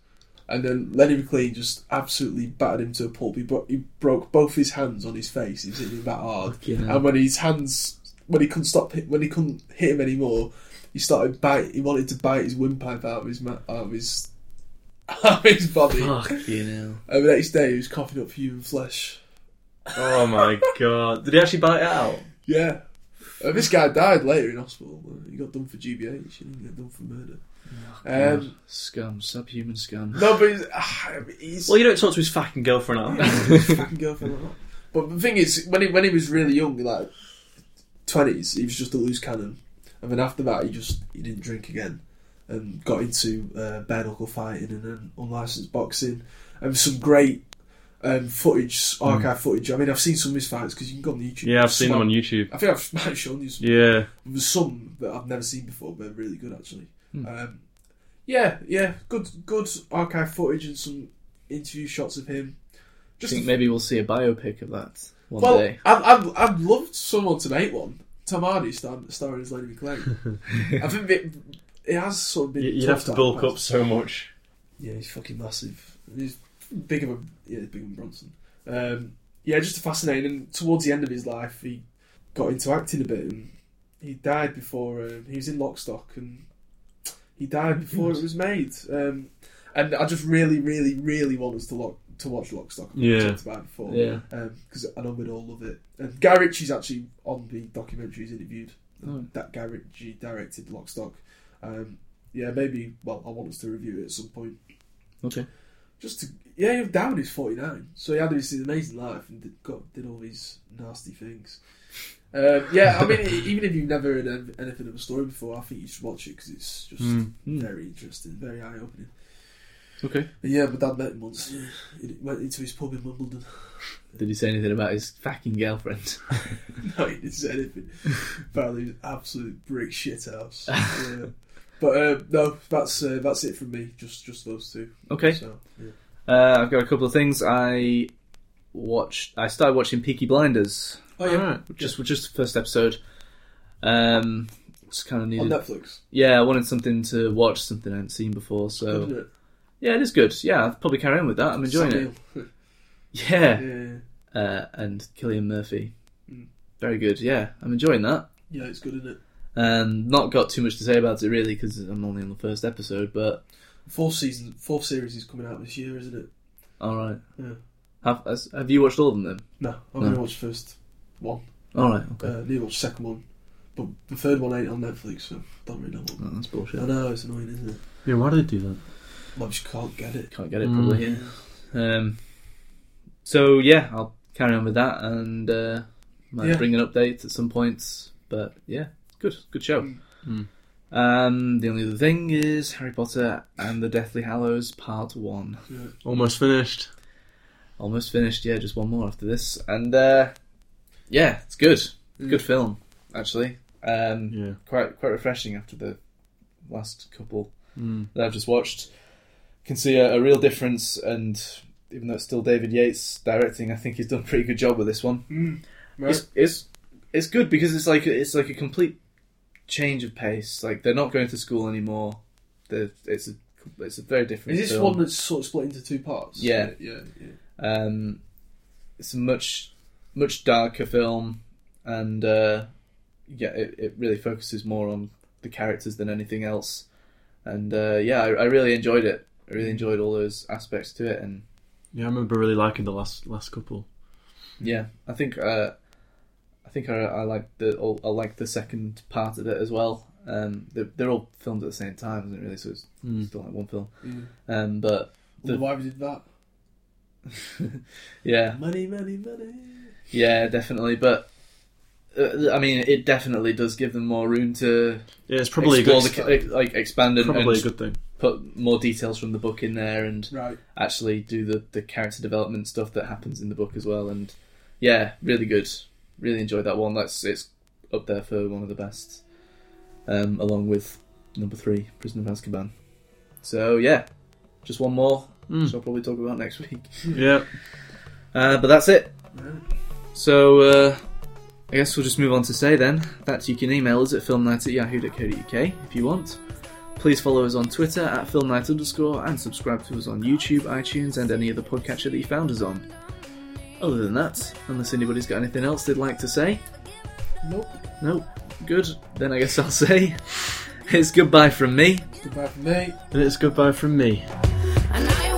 [SPEAKER 3] And then Lenny McLean just absolutely battered him to a pulp. He, bro- he broke both his hands on his face. He was hitting him that hard. And when his hands, when he couldn't stop, hit, when he couldn't hit him anymore, he started bite. He wanted to bite his windpipe out of his ma- out of his out of his body. And
[SPEAKER 1] Fuck you know.
[SPEAKER 3] the next day, he was coughing up human flesh.
[SPEAKER 2] Oh my god. Did he actually bite it out?
[SPEAKER 3] Yeah. Uh, this guy died later in hospital. Uh, He got done for GBH. He didn't get done for murder. um,
[SPEAKER 1] Scum, subhuman scum.
[SPEAKER 3] no, but he's, ah, he's
[SPEAKER 2] Well, you don't talk to his fucking girlfriend out.
[SPEAKER 3] fucking girlfriend like that. But the thing is, when he when he was really young, like twenties, he was just a loose cannon, and then after that, he just he didn't drink again, and got into uh, bare knuckle fighting and then unlicensed boxing, and some great um, footage, archive footage. I mean, I've seen some of his fights because you can go on YouTube.
[SPEAKER 2] Mm. Yeah, I've seen
[SPEAKER 3] Some-
[SPEAKER 2] them on YouTube.
[SPEAKER 3] I think I've might have shown you some.
[SPEAKER 2] Yeah.
[SPEAKER 3] There's some that I've never seen before, but they're really good actually.
[SPEAKER 2] Hmm.
[SPEAKER 3] Um, yeah, yeah, good, good archive footage and some interview shots of him.
[SPEAKER 1] I
[SPEAKER 3] Just
[SPEAKER 1] think
[SPEAKER 3] a-
[SPEAKER 1] maybe we'll see a biopic of that one
[SPEAKER 3] well,
[SPEAKER 1] day.
[SPEAKER 3] I'd, I'd, I'd love someone to make one. Tom Hardy star, starring as Lady McLean. I think it, it has sort of been.
[SPEAKER 2] You'd
[SPEAKER 3] talked
[SPEAKER 2] have to
[SPEAKER 3] about
[SPEAKER 2] bulk
[SPEAKER 3] in the
[SPEAKER 2] up
[SPEAKER 3] past.
[SPEAKER 2] so much.
[SPEAKER 3] Yeah, he's fucking massive. He's bigger than yeah, he's bigger than Bronson. Um, yeah, just a fascinating. And towards the end of his life, he got into acting a bit, and he died before um, he was in Lockstock, and he died before it was made. Um, and I just really, really, really want us to lock to watch Lockstock. I've
[SPEAKER 2] Yeah.
[SPEAKER 3] talked about it before.
[SPEAKER 1] Yeah.
[SPEAKER 3] because I know we'd all love it. And Guy Ritchie's actually on the documentary he's interviewed.
[SPEAKER 1] Oh.
[SPEAKER 3] That Guy Ritchie directed Lockstock. Um, yeah, maybe. Well, I want us to review it at some point
[SPEAKER 1] Okay.
[SPEAKER 3] just to yeah, he was down. He's forty nine, so he had this amazing life and did, got did all these nasty things. Um, yeah, I mean, even if you've never heard an- anything
[SPEAKER 1] Hmm.
[SPEAKER 3] of a story before, I think you should watch it because it's just very interesting, very eye opening.
[SPEAKER 1] Okay.
[SPEAKER 3] Yeah, my dad met him once. He went into his pub in Wimbledon.
[SPEAKER 1] Did he say anything about his fucking girlfriend?
[SPEAKER 3] no, he didn't say anything. Apparently, he was an absolute brick shit house. yeah. But um, no, that's uh, that's it from me. Just just those two.
[SPEAKER 1] Okay.
[SPEAKER 3] So, yeah.
[SPEAKER 1] Uh, I've got a couple of things. I watched. I started watching Peaky Blinders.
[SPEAKER 3] Oh yeah,
[SPEAKER 1] Alright, Just just the first episode. Um, just kind of
[SPEAKER 3] on
[SPEAKER 1] needed.
[SPEAKER 3] Netflix.
[SPEAKER 1] Yeah, I wanted something to watch, something I hadn't seen before.
[SPEAKER 3] Isn't
[SPEAKER 1] So
[SPEAKER 3] it?
[SPEAKER 1] yeah, it is good. Yeah, I'll probably carry on with that. I'm enjoying it.
[SPEAKER 3] Sam
[SPEAKER 1] Yeah,
[SPEAKER 3] Neill.
[SPEAKER 1] Uh, and Killian Murphy.
[SPEAKER 3] Mm.
[SPEAKER 1] Very good. Yeah, I'm enjoying that.
[SPEAKER 3] Yeah, yeah, it's good, isn't it?
[SPEAKER 1] Um, not got too much to say about it really because I'm only on the first episode. But
[SPEAKER 3] Fourth season, fourth series is coming out this year, isn't it?
[SPEAKER 1] all right.
[SPEAKER 3] Yeah.
[SPEAKER 1] Have has- Have you watched all of them? Then?
[SPEAKER 3] No, I'm
[SPEAKER 1] No.
[SPEAKER 3] gonna watch first one.
[SPEAKER 1] All right. Okay.
[SPEAKER 3] Uh, need to watch second one, but the third one ain't on Netflix, so don't read that one.
[SPEAKER 1] Oh, that's bullshit.
[SPEAKER 3] I know it's annoying, isn't it?
[SPEAKER 2] Yeah, why do they do that?
[SPEAKER 3] I just can't get it.
[SPEAKER 1] Can't get it
[SPEAKER 2] Mm.
[SPEAKER 1] probably. Yeah. Um. So yeah, I'll carry on with that and uh, might
[SPEAKER 3] Yeah.
[SPEAKER 1] bring an update at some points. But yeah, good, good show.
[SPEAKER 3] Mm.
[SPEAKER 2] Mm.
[SPEAKER 1] Um, the only other thing is Harry Potter and the Deathly Hallows Part One.
[SPEAKER 2] Almost finished.
[SPEAKER 1] Almost finished. Yeah, just one more after this, and uh, yeah, it's good. Good
[SPEAKER 3] Mm.
[SPEAKER 1] film, actually. Um,
[SPEAKER 2] Yeah.
[SPEAKER 1] quite quite refreshing after the last couple
[SPEAKER 3] Hmm.
[SPEAKER 2] Mm.
[SPEAKER 1] that I've just watched can see a, a real difference. And even though it's still David Yates directing, I think he's done a pretty good job with this one.
[SPEAKER 3] Mm.
[SPEAKER 1] It's, it's it's good because it's like it's like a complete change of pace. Like they're not going to school anymore. They're, it's a it's a very different.
[SPEAKER 3] Is this
[SPEAKER 1] film.
[SPEAKER 3] one that's sort of split into two parts?
[SPEAKER 1] Yeah.
[SPEAKER 3] yeah, yeah.
[SPEAKER 1] Um, it's a much much darker film, and uh, yeah, it, it really focuses more on the characters than anything else. And uh, yeah, I, I really enjoyed it. I really enjoyed all those aspects to it, and
[SPEAKER 2] Yeah, I remember really liking the last last couple.
[SPEAKER 1] yeah, I think uh, I think I, I like the all- I like the second part of it as well. Um, they're, they're all filmed at the same time, isn't it? Really, so it's
[SPEAKER 2] Mm.
[SPEAKER 1] still like one film.
[SPEAKER 3] Mm.
[SPEAKER 1] Um, but The-
[SPEAKER 3] Wonder why we did that?
[SPEAKER 1] yeah,
[SPEAKER 3] Money, money, money.
[SPEAKER 1] yeah, definitely. But uh, I mean, it definitely does give them more room to
[SPEAKER 2] Yeah, it's probably a
[SPEAKER 1] explore
[SPEAKER 2] good
[SPEAKER 1] the, ca- like expand and,
[SPEAKER 2] probably a
[SPEAKER 1] and
[SPEAKER 2] good thing.
[SPEAKER 1] put more details from the book in there and
[SPEAKER 3] Right.
[SPEAKER 1] actually do the, the character development stuff that happens in the book as well and yeah really good really enjoyed that one that's it's up there for one of the best um, along with number three Prison of Azkaban so yeah just one more which
[SPEAKER 2] Mm.
[SPEAKER 1] I'll probably talk about next week
[SPEAKER 2] Yeah.
[SPEAKER 1] uh, but that's it
[SPEAKER 3] Right.
[SPEAKER 1] so uh, I guess we'll just move on to say then that you can email us at filmnight at yahoo.co.uk if you want. Please follow us on Twitter at filmnight underscore and subscribe to us on YouTube, iTunes, and any other podcatcher that you found us on. Other than that, unless anybody's got anything else they'd like to say,
[SPEAKER 3] Nope.
[SPEAKER 1] nope, good, then I guess I'll say it's goodbye from me.
[SPEAKER 3] Goodbye from me.
[SPEAKER 2] And it's goodbye from me.
[SPEAKER 7] And I